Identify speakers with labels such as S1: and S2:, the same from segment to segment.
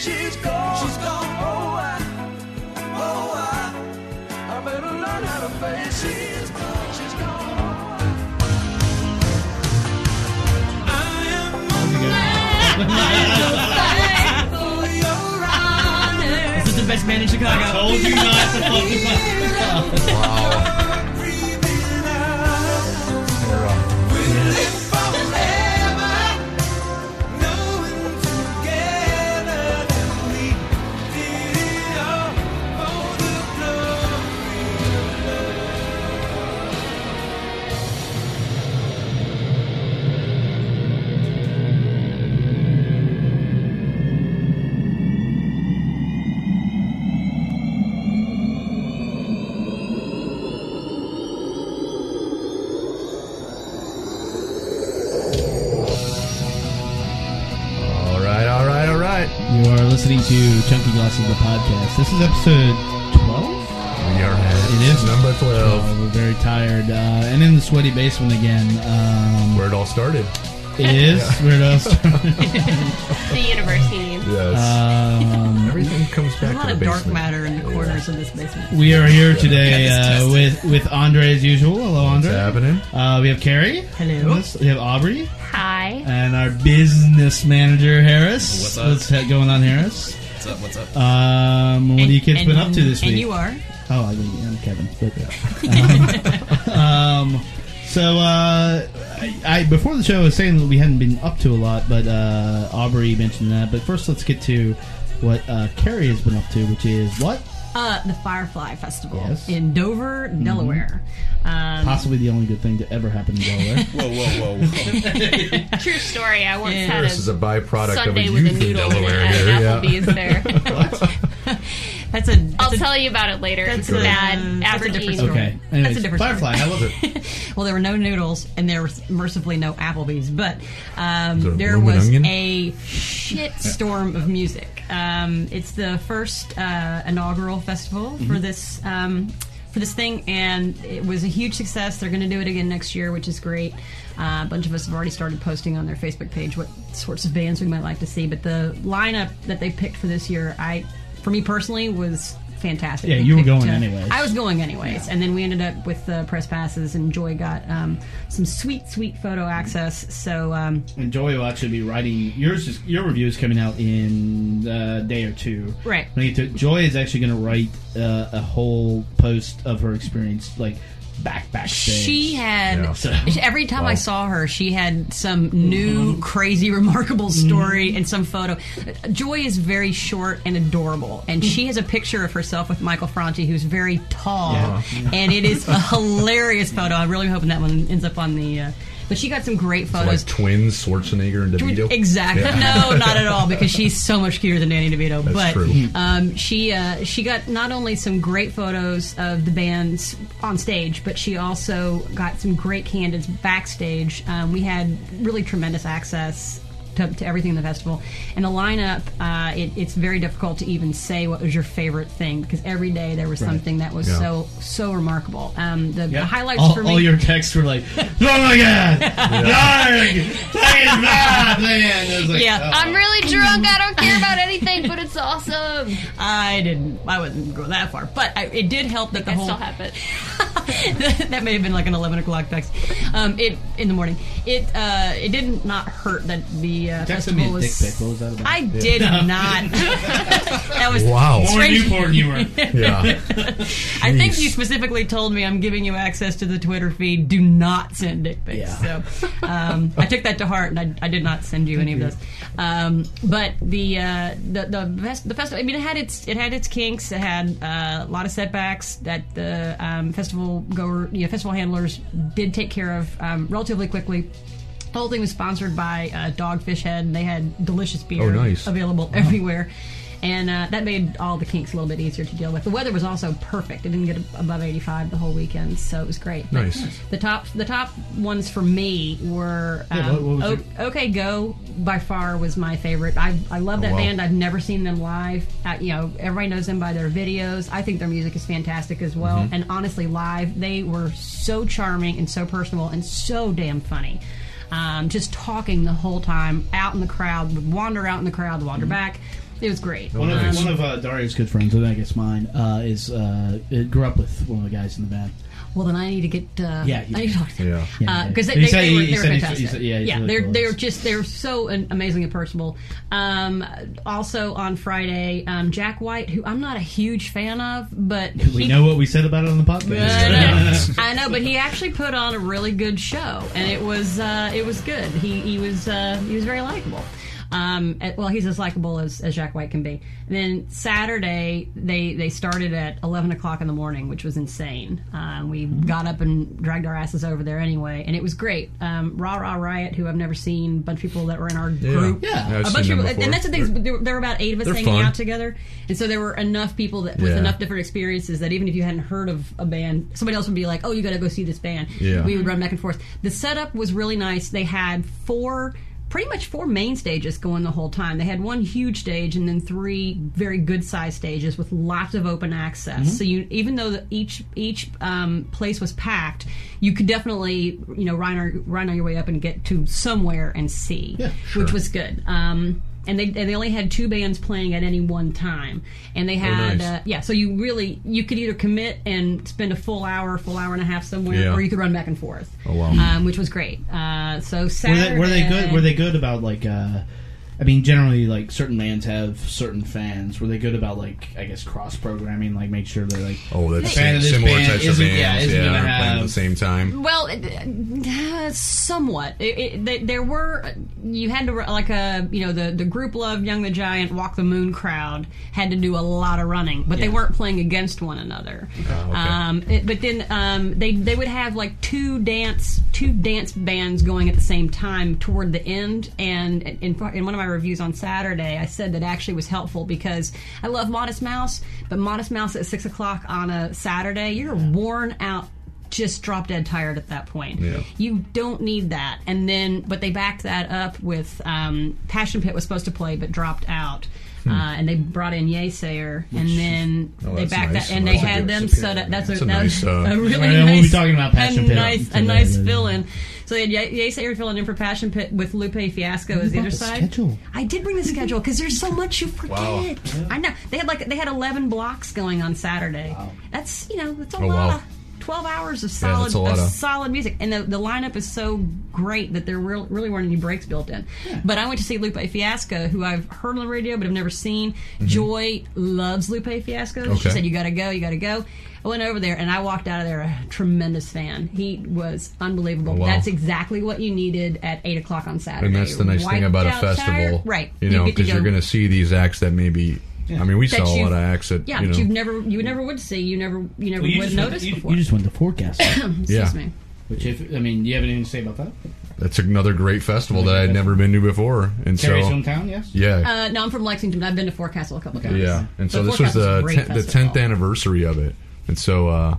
S1: She's gone. She's gone. Oh, I, oh, I, I better learn how to face. She's gone. She's gone. I am a man. thankful you're honest.
S2: This is the best man in Chicago.
S3: Told you not to fucking play.
S1: Breathing out. If I was ever knowing together that we did it all for the glory of love.
S4: All right, all right, all right.
S2: You are listening to Chunky Glasses, the podcast. This is episode 12?
S4: We are at
S2: It is.
S4: number 12,
S2: Uh, we're very tired uh, and in the sweaty basement again. Um,
S4: where it all started.
S2: it is. We're
S5: The universe, you mean.
S4: Yes.
S2: um,
S4: Everything comes
S6: Uh,
S4: back
S6: There's a lot
S4: to
S6: of
S4: the
S6: dark
S4: basement.
S6: matter in the corners of this basement.
S2: we are here today
S6: Yeah,
S2: uh, with, with Andre as usual. Hello,
S4: What's
S2: Andre.
S4: happening?
S2: Uh, we have Carrie.
S6: Hello.
S2: Yes, We have Aubrey.
S5: Hi.
S2: And our business manager, Harris.
S3: What's up?
S2: What's he- going on, Harris?
S3: What's up? What's up?
S2: Um, what
S6: And-
S2: have you kids
S6: and-
S2: been up to this week?
S6: And you are.
S2: Oh, I mean, I'm Kevin. But, um, um, so uh, I, I before the show I was saying that we hadn't been up to a lot, but uh, Aubrey mentioned that. But first, let's get to what uh, Carrie has been up to, which is what
S6: Uh, the Firefly Festival
S2: Yes.
S6: in Dover, Delaware. Um,
S2: possibly the only good thing to ever happen in Delaware.
S3: Whoa, whoa, whoa, whoa.
S5: True story. I once had
S4: This is a
S5: a
S4: byproduct
S5: Sunday
S4: of a
S5: with a
S4: youth in
S5: noodle in it
S4: Delaware
S5: at
S4: here.
S5: Applebee's there.
S6: that's a. That's
S5: I'll
S6: a-
S5: tell you about it later. It's
S6: that's
S5: a
S6: a-
S5: bad
S6: that's a different
S5: Aberdeen.
S6: story.
S2: okay, Anyways,
S6: That's a different
S2: Firefly.
S6: story.
S2: How was it?
S6: Well, there were no noodles, and there was mercifully no Applebee's, but
S4: there a
S6: um, there
S4: blooming
S6: was
S4: onion?
S6: a shit storm of music. Um, it's the first uh, inaugural festival
S4: Mm-hmm.
S6: for this um, for this thing, and it was a huge success. They're going to do it again next year, which is great. Uh, a bunch of us have already started posting on their Facebook page what sorts of bands we might like to see, but the lineup that they picked for this year, I, for me personally, was fantastic.
S2: Yeah,
S6: They
S2: you were
S6: picked,
S2: going
S6: uh,
S2: anyways.
S6: I was going anyways, and then we ended up with the press passes, and Joy got um, some sweet, sweet photo access. So um,
S2: And Joey will actually be writing yours. Is, your review is coming out in a day or two.
S6: Right.
S2: When you get to- Joy is actually going to write uh, a whole post of her experience, like back backstage.
S6: she had
S4: Yeah.
S2: So-
S6: every time I saw her, she had some new,
S2: Mm-hmm.
S6: crazy, remarkable story and some photo. Joy is very short and adorable, and she has a picture of herself with Michael Franti, who's very tall, and it is a hilarious photo. I'm really hoping that one ends up on the. Uh, but she got some great photos.
S4: Like twins, Schwarzenegger and DeVito.
S6: Exactly.
S4: Yeah.
S6: No, not at all, because she's so much cuter than Danny DeVito.
S4: That's
S6: but
S4: true.
S6: Um, she uh, she got not only some great photos of the bands on stage, but she also got some great candids backstage. Um, we had really tremendous access. To, to everything in the festival and the lineup uh, it, it's very difficult to even say what was your favorite thing because every day there was something that was
S4: Yeah.
S6: so so remarkable um, the, the highlights
S2: all,
S6: for me
S2: all your texts were like, "Oh my god, Yarg! that is
S6: Ah,
S2: my plan." It was like,
S6: Yeah.
S2: oh.
S5: I'm really drunk. I don't care about anything, but it's awesome.
S6: I didn't I wouldn't go that far but I, it did help that the
S5: I
S6: whole
S5: still have it.
S6: that may have been like an eleven o'clock text. Um, it in the morning. It uh, it did not hurt that the uh,
S2: Texted
S6: festival
S2: me a dick
S6: was.
S2: pic. What was that about?
S6: I did not. that was
S4: Wow.
S2: More
S6: strange.
S2: Newport you were.
S4: Yeah.
S6: I think
S4: Jeez.
S6: you specifically told me I'm giving you access to the Twitter feed. Do not send dick pics.
S2: Yeah.
S6: So um, I took that to heart, and I, I did not send you any of those. Um, but the uh, the the, fest, the festival. I mean, it had its it had its kinks. It had uh, a lot of setbacks that the um, festival goer, you know, festival handlers did take care of um, relatively quickly. The whole thing was sponsored by uh, Dogfish Head, and they had delicious beer
S4: Oh, nice.
S6: available everywhere. and uh, that made all the kinks a little bit easier to deal with. The weather was also perfect; it didn't get above 85 the whole weekend, so it was great. But
S4: Nice.
S6: The top the top ones for me were um,
S4: Yeah, what- what was
S6: O-
S4: your-
S6: Okay Go by far was my favorite. I I love
S4: Oh,
S6: that
S4: wow.
S6: band. I've never seen them live. Uh you know, everybody knows them by their videos. I think their music is fantastic as well.
S2: Mm-hmm.
S7: Mhm.
S6: And honestly, live they were so charming and so personable and so damn funny. Um, just talking the whole time out in the crowd, would wander out in the crowd, wander back. It was great.
S2: Mm-hmm. One of,
S6: Um,
S2: one of uh, Dario's good friends, and I guess mine, uh, is uh, grew up with one of the guys in the band.
S6: well, then I need to get uh,
S2: Yeah,
S6: I need to talk to
S2: yeah,
S6: because
S2: He
S6: they,
S2: said
S6: they,
S2: he-
S6: were,
S2: he
S6: they were
S2: said he's-
S6: fantastic.
S2: he's- yeah,
S6: yeah,
S2: he's really
S6: they're
S2: cool.
S6: they're just they're so an, amazing and personable. Um, also on Friday, um, Jack White, who I'm not a huge fan of, but
S2: We
S6: he-
S2: know what we said about it on the podcast.
S6: I know, but he actually put on a really good show, and it was uh, it was good. He he was uh, he was very likable. Um, eh, well, he's as likable as, as Jack White can be. And then Saturday, they they started at eleven o'clock in the morning, which was insane. Um, we got up and dragged our asses over there anyway, and it was great. Um, Rah Rah Riot, who I've never seen, a bunch of people that were in our
S4: Yeah.
S6: group,
S4: Yeah. Yeah,
S6: a
S4: I've
S6: bunch
S4: seen
S6: of
S4: them
S6: people, and that's the thing. is
S4: before.
S6: There, were- there were about eight of us
S4: They're
S6: hanging
S4: fun.
S6: out together, and so there were enough people that with
S4: Yeah.
S6: enough different experiences that even if you hadn't heard of a band, somebody else would be like, "Oh, you got to go see this band."
S8: Yeah.
S6: We would run back and forth. The setup was really nice. They had four pretty much four main stages going the whole time. They had one huge stage and then three very good sized stages with lots of open access.
S9: Mhm.
S6: So you even though the, each each um, place was packed, you could definitely, you know, ride on, ride on your way up and get to somewhere and see, which was good. Um and they, and they only had two bands playing at any one time and they
S8: Oh,
S6: had
S8: nice.
S6: uh, yeah so you really you could either commit and spend a full hour full hour and a half somewhere
S2: Yeah.
S6: or you could run back and forth
S2: Oh, wow.
S6: um, which was great uh, so
S2: Were
S6: Saturday,
S2: they, were they good? Were they good about like? Uh, I mean, generally, like certain bands have certain fans. Were they good about like I guess cross programming? Like make sure they're like
S4: Oh,
S2: the
S4: that's
S2: fan of this
S4: similar
S2: band
S4: types of
S2: isn't-
S4: bands.
S2: Yeah, isn't
S4: they're
S2: gonna
S4: playing at
S2: have
S4: the same time.
S6: Well, it- uh, somewhat. It, it, th- there were you had to ru- like a you know the the group love Young the Giant Walk the Moon crowd had to do a lot of running, but they
S8: Yeah.
S6: weren't playing against one another.
S4: Oh,
S8: Oh, okay.
S6: um, it- but then um, they they would have like two dance two dance bands going at the same time toward the end. And in par- in one of my reviews on Saturday, I said that actually was helpful because I love Modest Mouse, but Modest Mouse at six o'clock on a Saturday, you're worn out just drop dead tired at that point.
S8: Yeah.
S6: You don't need that. And then, but they backed that up with um, Passion Pit was supposed to play but dropped out.
S8: Hmm.
S6: Uh, and they brought in Yaysayer,
S8: Which-
S6: and then
S8: Oh,
S6: they
S8: that's
S6: backed
S8: nice.
S6: that, and
S8: That's
S6: they
S8: a
S6: had
S8: good-
S6: them
S8: that's a
S6: set
S8: good-
S6: up. That's,
S8: that's
S6: a,
S8: a
S6: that was
S8: nice, uh,
S6: a really
S2: Well, we'll be
S6: nice.
S2: talking about Passion
S6: a
S2: Pit
S6: Nice, a
S2: today.
S6: nice fill in. So they had Ye- Yaysayer filling in for Passion Pit with Lupe Fiasco as the other side. I did bring the schedule because there's so much you forget.
S8: Wow.
S6: I know they had like they had 11 blocks going on Saturday. That's you know that's a
S8: Oh,
S6: lot.
S8: wow.
S6: Of, 12 hours of
S8: Yeah,
S6: solid
S8: that's a lot
S6: of
S8: of-
S6: solid music, and the, the lineup is so great that there real, really weren't any breaks built in. But I went to see Lupe Fiasco, who I've heard on the radio but have never seen.
S4: Mm-hmm.
S6: Joy loves Lupe Fiasco. She
S8: Okay.
S6: said, "You got to go, you got to go." I went over there and I walked out of there a tremendous fan. He was unbelievable.
S4: Oh, wow.
S6: That's exactly what you needed at eight o'clock on Saturday.
S4: And that's the nice thing
S6: Wiped
S4: about a
S6: out tired.
S4: festival,
S6: right?
S4: You know,
S6: get to
S4: because you're
S6: go-
S4: going to see these acts that maybe. I mean, we
S6: That
S4: saw a lot
S6: you've-
S4: of acts that
S6: yeah,
S4: you know.
S6: but you've never you never would see you never you never
S2: Well, you
S6: would
S2: just went-
S6: notice
S2: you-
S6: before.
S2: you just went to forecast.
S6: Excuse
S4: Yeah.
S6: me.
S2: Which, if I mean, do you have anything to say about that?
S4: that's another great festival that I'd never been to before, and
S2: Terry's
S4: so
S2: hometown, yes.
S4: Yeah,
S6: Uh, no, I'm from Lexington. but I've been to Forecastle a couple times.
S4: Yeah, and so
S6: But
S4: this was
S6: Forecastle's a
S4: the
S6: great
S4: ten, the
S6: festival.
S4: tenth anniversary of it, and so uh,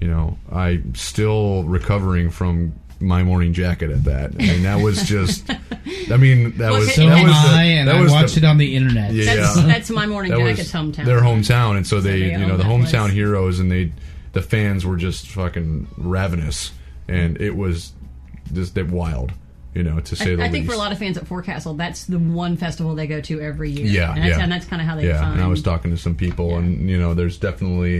S4: you know I'm still recovering from my morning jacket at that. I mean, that was just. I mean, that was
S2: so
S4: that
S2: am
S4: was the-
S2: I, and
S4: that
S2: I
S4: was the-
S2: watched it on the internet.
S4: Yeah,
S6: That's-
S4: yeah.
S6: that's my morning
S4: That was
S6: jacket's hometown.
S4: Their hometown, and so they,
S6: they
S4: you know,
S6: own
S4: the
S6: that
S4: hometown
S6: place.
S4: heroes, and they, the fans were just fucking ravenous, and it was just that wild, you know, to say
S6: I,
S4: the
S6: I
S4: least.
S6: think for a lot of fans at Forecastle, that's the one festival they go to every year.
S4: Yeah,
S6: and that's,
S4: yeah.
S6: and that's kind of how they
S4: yeah.
S6: define.
S4: And I was talking to some people, and you know, there's definitely,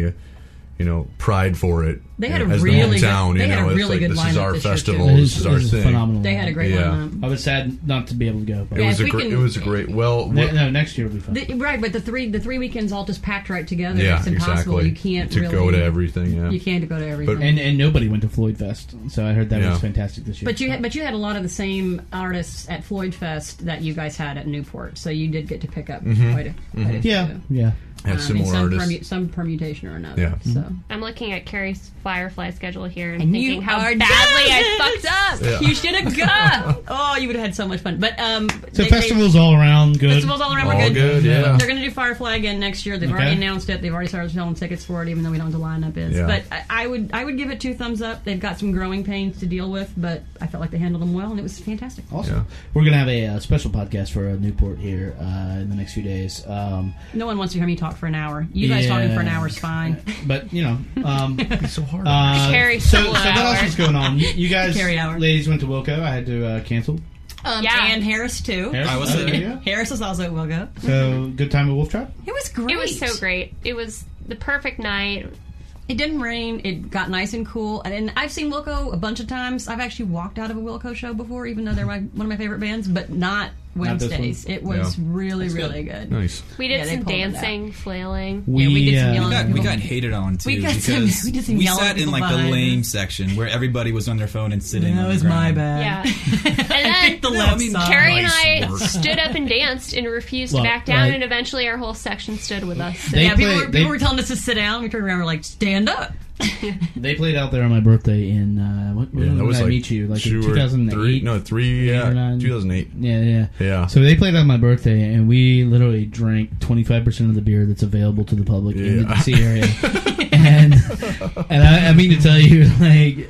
S4: you know, pride for it.
S6: They had a
S4: as
S6: really good-
S4: the hometown,
S6: they
S4: you
S6: had a
S4: know, it's
S6: really
S4: like,
S6: good
S4: this is
S6: lineup
S4: our
S6: this year,
S4: festival,
S2: too.
S4: this is our
S2: It was a
S4: thing.
S2: phenomenal
S6: They had a great
S4: yeah.
S6: lineup.
S2: I was sad not to be able to go. But
S4: It
S6: Yeah,
S4: was
S6: if
S4: a
S6: we
S4: great.
S6: can-
S4: it was a great. Well,
S2: Ne- no, next year will be fun.
S6: The- right, but the three the three weekends all just packed right together.
S4: yeah,
S6: it's impossible.
S4: exactly.
S6: You can't
S4: to
S6: really,
S4: go to everything. Yeah,
S6: You can't go to everything.
S2: and and nobody went to Floyd Fest, so I heard that
S4: Yeah.
S2: was fantastic this year.
S6: But you had, but you had a lot of the same artists at Floyd Fest that you guys had at Newport, so you did get to pick up
S2: Mhm.
S6: quite a, quite a
S2: Mhm. Yeah, Mm-hmm.
S6: few.
S2: yeah.
S4: Yeah,
S6: in
S4: Mm-hmm. similar
S6: some,
S4: artists.
S6: permu- some permutation or another.
S4: Yeah.
S6: So.
S5: I'm looking at Carrie's Firefly schedule here and,
S6: And you
S5: thinking how
S6: are
S5: badly I
S6: jealous!
S5: fucked up.
S4: Yeah.
S6: You should have gone. Oh, you would have had so much fun. But um,
S2: So
S6: they- they-
S2: festivals all around, good.
S6: festivals all around were
S4: All
S6: good.
S4: good, yeah.
S6: They're going to do Firefly again next year. They've already
S2: Okay.
S6: announced it. They've already started selling tickets for it, even though we don't know what the lineup is.
S4: Yeah.
S6: But I, I would I would give it two thumbs up. They've got some growing pains to deal with, but I felt like they handled them well, and it was fantastic.
S2: Awesome.
S4: Yeah.
S2: We're gonna have a uh, special podcast for uh, Newport here uh, in the next few days. Um,
S6: No one wants to hear me talk for an hour. You guys
S2: Yeah.
S6: talking for an hour is fine.
S2: but you know, um,
S4: It's so hard.
S2: uh,
S5: Carry
S2: so, so
S5: solo
S2: what else
S5: hour.
S2: was going on? You, you guys,
S6: Carry hour.
S2: ladies, went to Wilco. I had to uh, cancel.
S6: Um,
S5: Yeah.
S6: And Harris too.
S2: Harris,
S3: I was
S2: oh,
S3: there.
S2: you go.
S6: Harris is also will go.
S2: So good time at Wolf Trap.
S6: It was great.
S5: It was so great. It was the perfect night.
S6: It didn't rain. It got nice and cool. And, and I've seen Wilco a bunch of times. I've actually walked out of a Wilco show before, even though they're my, one of my favorite bands, but not
S2: Not this
S6: Wednesdays.
S2: one.
S6: it was
S4: Yeah.
S6: really, really good.
S4: nice.
S5: We did
S6: Yeah, they
S5: some
S6: pulled it
S5: dancing, flailing.
S2: We,
S6: we did some
S2: uh,
S6: yelling.
S3: We got, we got hated on too
S6: We got
S3: because
S6: some- we did some
S3: we
S6: yelling
S3: sat in
S6: people
S3: like the
S6: behind
S3: lame
S6: us.
S3: section where everybody was on their phone and sitting.
S6: That
S3: on
S6: was
S3: the
S6: my
S3: ground.
S5: Yeah.
S6: bad.
S5: And
S6: I
S5: then
S6: picked the
S3: No,
S6: left
S3: I mean,
S6: side.
S5: Carrie and
S3: Nice
S5: I
S3: work.
S5: stood up and danced and refused
S2: Well,
S5: to back down,
S2: right.
S5: and eventually our whole section stood with us. So
S2: They
S6: yeah, people,
S2: play-
S6: were,
S2: they-
S6: people were telling us to sit down. We turned around and were like, stand up.
S2: They played out there on my birthday in uh, what, when did I meet you? Like in
S4: two or
S2: 2008.
S4: three- No, three.
S2: or
S4: Yeah,
S2: nine.
S4: two thousand eight.
S2: Yeah, yeah,
S4: Yeah.
S2: So they played on my birthday, and we literally drank 25 percent of the beer that's available to the public in the
S4: Yeah.
S2: DC area. and and I, I mean to tell you, like,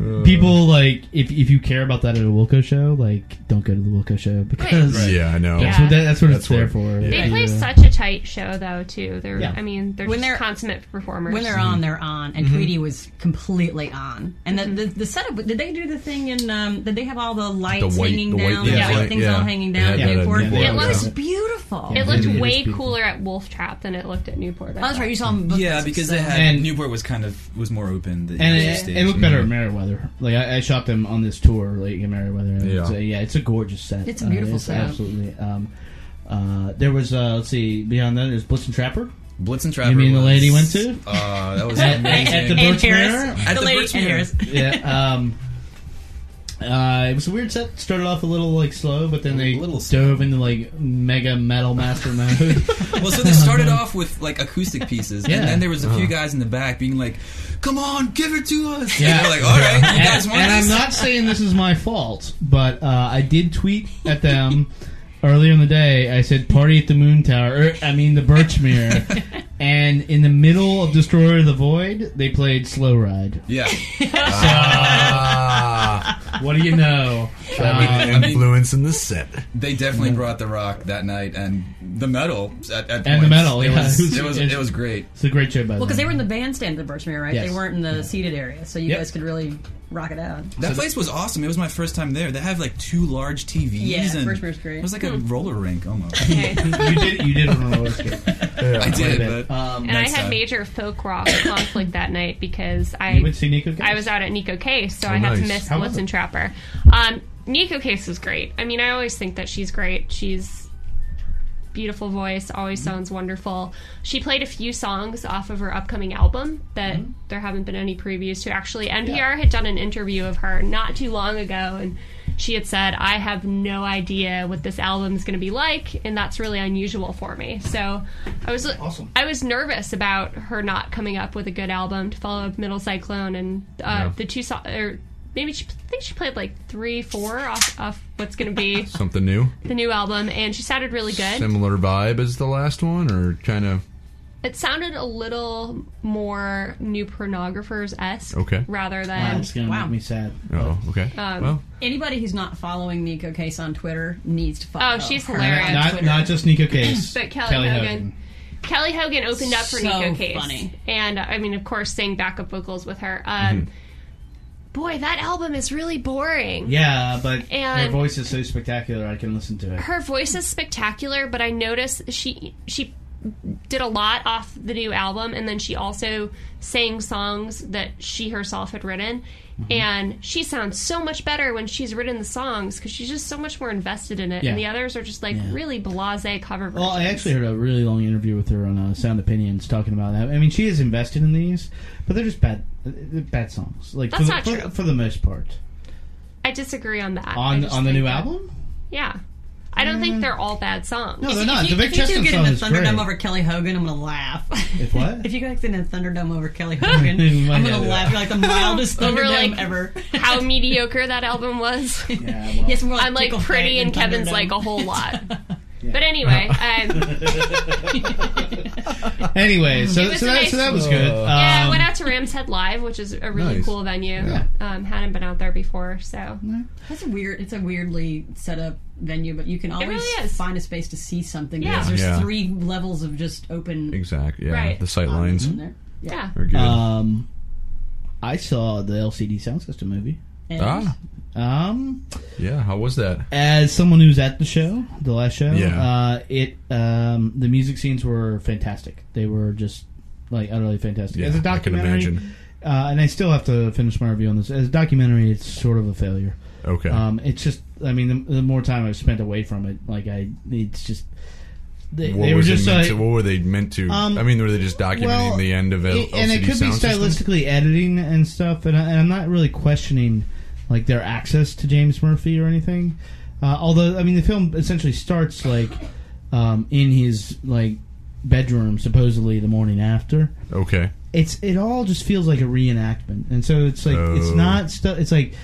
S4: Uh.
S2: people like if if you care about that at a Wilco show, like, don't go to the Wilco show because
S5: Right.
S4: Yeah, I know.
S2: that's
S5: Yeah.
S2: what that, that's what it's
S4: That's
S2: there for.
S4: where- They
S5: They
S2: Yeah.
S5: play such a tight show, though. Too, they're.
S2: Yeah.
S5: I mean, they're
S6: When
S5: just
S6: they're-
S5: consummate performers.
S6: When they're on, they're on.
S5: Mm-hmm.
S2: Mm-hmm.
S6: And Tweety was completely on. And the, the, the setup, did they do the thing in, um, did they have all the lights
S4: white-
S6: hanging
S4: the white
S6: down,
S4: things,
S6: the
S4: like,
S6: white things
S4: yeah.
S6: all hanging down
S4: They
S6: at
S4: had that at
S6: Newport?
S4: Newport,
S6: It looks
S2: yeah.
S6: beautiful.
S5: it looked
S2: Mhm. It
S5: way
S2: is beautiful.
S5: cooler at Wolf Trap than it looked at Newport. I
S6: Oh, that's
S5: thought.
S6: right. You saw them.
S3: Yeah, because they had
S2: And-
S3: Newport was kind of was more open. than
S2: And
S3: the
S2: it,
S3: stage.
S2: it looked better at Meriwether. Like I, I shot them on this tour, like in Meriwether. And
S4: Yeah.
S2: It's a, yeah, it's a gorgeous set.
S6: It's a beautiful
S2: Uh,
S6: set.
S2: Absolutely. Um, uh, there was uh, let's see beyond that there's Blitz and Trapper.
S3: Blitz and Trapper.
S2: You mean the
S3: was-
S2: lady went to?
S3: Uh, that was
S2: At-
S3: amazing.
S2: at the
S6: And
S2: Birch Manor?
S6: Harris.
S3: At
S6: the
S3: the
S6: lady
S3: Birch
S6: and
S3: Manor.
S6: Harris.
S2: yeah. Um, uh, it was a weird set. Started off a little like slow, but then they
S3: A little slow.
S2: dove into like mega metal master mode.
S3: well, so they started off with like acoustic pieces,
S2: Yeah. Uh-huh.
S3: and then there was a few guys in the back being like, "Come on, give it to us!"
S2: Yeah.
S3: And they're like, "All right, you guys
S2: and,
S3: want
S2: and I'm
S3: this?"
S2: not saying this is my fault, but uh, I did tweet at them earlier in the day. I said, "Party at the Moon Tower." Er, I mean, the Birchmere. and in the middle of Destroyer of the Void, they played Slow Ride.
S3: yeah, Ah.
S2: What do you know? Uh,
S3: I mean-
S4: influence in the set.
S3: they definitely brought the rock that night and the metal at, at
S2: And the
S3: points.
S2: metal,
S3: It
S2: yeah.
S3: was it was it was great.
S2: it's a great show, by the
S6: Well,
S2: way.
S6: because they were in the bandstand at the Birchmere, right?
S2: Yes.
S6: They weren't in the seated area, so you
S2: Yep.
S6: guys could really rock it out.
S3: That place was awesome. It was my first time there. They have like two large TVs.
S6: Yeah,
S3: and
S6: Birchmere's great. Hmm.
S3: It was like a roller rink almost.
S2: you did you did it on a roller skate.
S3: I
S2: Quite a
S3: did,
S2: bit.
S3: but
S2: Um,
S5: And I
S3: Next
S5: had
S3: time.
S5: major folk rock conflict that night because I
S2: you went to see Nico.
S5: I was out at Nico Case, so I had to
S4: Oh, nice.
S5: miss
S2: How was
S5: Blitz
S2: it?
S5: and Trapper. Um, Nico Case was great. I mean, I always think that she's great. She's beautiful voice, always sounds wonderful. She played a few songs off of her upcoming album that there haven't been any previews to. Actually, NPR had done an interview of her not too long ago, and she had said, "I have no idea what this album is going to be like, and that's really unusual for me." So, I was
S2: Awesome.
S5: I was nervous about her not coming up with a good album to follow up Middle Cyclone and uh, the two songs. Or maybe she, I think she played like three, four off, off what's going to be
S4: Something new,
S5: the new album, and she sounded really good.
S4: similar vibe as the last one, or kind of
S5: It sounded a little more new pornographers esque,
S4: Okay.
S5: rather
S2: Wow,
S5: than
S2: it's gonna
S6: Wow.
S2: make me sad.
S4: oh, okay.
S5: Um,
S4: well,
S6: Um, Anybody who's not following Nico Case on Twitter needs to follow.
S5: Oh, she's
S6: her
S5: hilarious.
S6: on
S2: Not
S6: Twitter.
S2: not just Nico Case,
S5: But Kelly Hogan. Kelly Hogan opened up for
S6: So
S5: Nico Case,
S6: funny.
S5: and uh, I mean, of course, sang backup vocals with her. Um, Boy, that album is really boring.
S2: Yeah, but her
S5: And-
S2: voice is so spectacular. I can listen to it.
S5: her voice is spectacular, but I noticed she she did a lot off the new album, and then she also sang songs that she herself had written,
S2: Mm-hmm.
S5: and she sounds so much better when she's written the songs because she's just so much more invested in it,
S2: Yeah.
S5: and the others are just like really blasé cover versions.
S2: Well, I actually heard a really long interview with her on uh, Sound Opinions talking about that. I mean, she is invested in these, but they're just bad, they're bad songs. Like
S5: That's
S2: for, the-
S5: not
S2: for,
S5: true.
S2: for the most part.
S5: I disagree on that. I
S2: On
S5: just
S2: on the
S5: think
S2: new
S5: that-
S2: album, Mm.
S5: yeah. I I don't think they're all bad songs.
S2: No,
S6: If
S2: they're
S6: you-
S2: not.
S6: If you,
S2: the Vic
S6: if you two
S2: Chestnut
S6: get
S2: song
S6: into
S2: is great.
S6: Thunderdome over Kelly Hogan, I'm gonna laugh.
S2: If what?
S6: if you guys into Thunderdome over Kelly Hogan, I'm
S2: Yeah,
S6: gonna
S2: yeah.
S6: laugh. You're like the mildest
S5: Over,
S6: Thunderdome
S5: like-
S6: ever.
S5: How mediocre that album was.
S2: yeah, well,
S6: yes, more like
S5: I'm like
S6: Tickle
S5: pretty,
S6: Fight
S5: and Kevin's
S6: Thunderdome.
S5: like a whole lot. But anyway, um,
S2: Anyway, so,
S5: was
S2: so,
S5: a
S2: that,
S5: nice-
S2: so that was good.
S4: Uh,
S5: yeah, I
S2: Um,
S5: went out to Rams Head Live, which is a really
S4: Nice.
S5: cool venue.
S2: Yeah.
S5: Um, hadn't been out there before, so
S6: That's a weird. It's a weirdly set up venue, but you can always
S5: really is.
S6: find a space to see something.
S5: Yeah.
S6: because There's
S4: Yeah.
S6: three levels of just open
S4: Exactly. Yeah.
S5: Right.
S4: The sight
S6: lines
S4: lines
S6: in there. Yeah.
S5: yeah.
S4: are good.
S2: um, I saw the LCD Sound System movie.
S6: And
S4: ah.
S2: Um,
S4: Yeah. How was that?
S2: as someone who's at the show, the last show,
S4: Yeah.
S2: uh, it um, the music scenes were fantastic. They were just like utterly fantastic.
S4: Yeah,
S2: as a
S4: I can
S2: documentary,
S4: imagine.
S2: Uh, and I still have to finish my review on this. As a documentary, it's sort of a failure.
S4: Okay.
S2: Um, it's just, I mean, the, the more time I've spent away from it, like I, it's just they,
S4: what
S2: they were
S4: was
S2: just uh,
S4: it meant
S2: like,
S4: to, What were they meant to?
S2: Um,
S4: I mean, were they just documenting
S2: well,
S4: the end of L-
S2: it- and it
S4: LCD
S2: could be
S4: sound system?
S2: stylistically editing and stuff. And, I, and I'm not really questioning like their access to James Murphy or anything. Uh, although, I mean, the film essentially starts like um, in his like bedroom, supposedly the morning after.
S4: Okay.
S2: It's it all just feels like a reenactment, and so it's like it's
S4: Oh.
S2: not stuff. It's like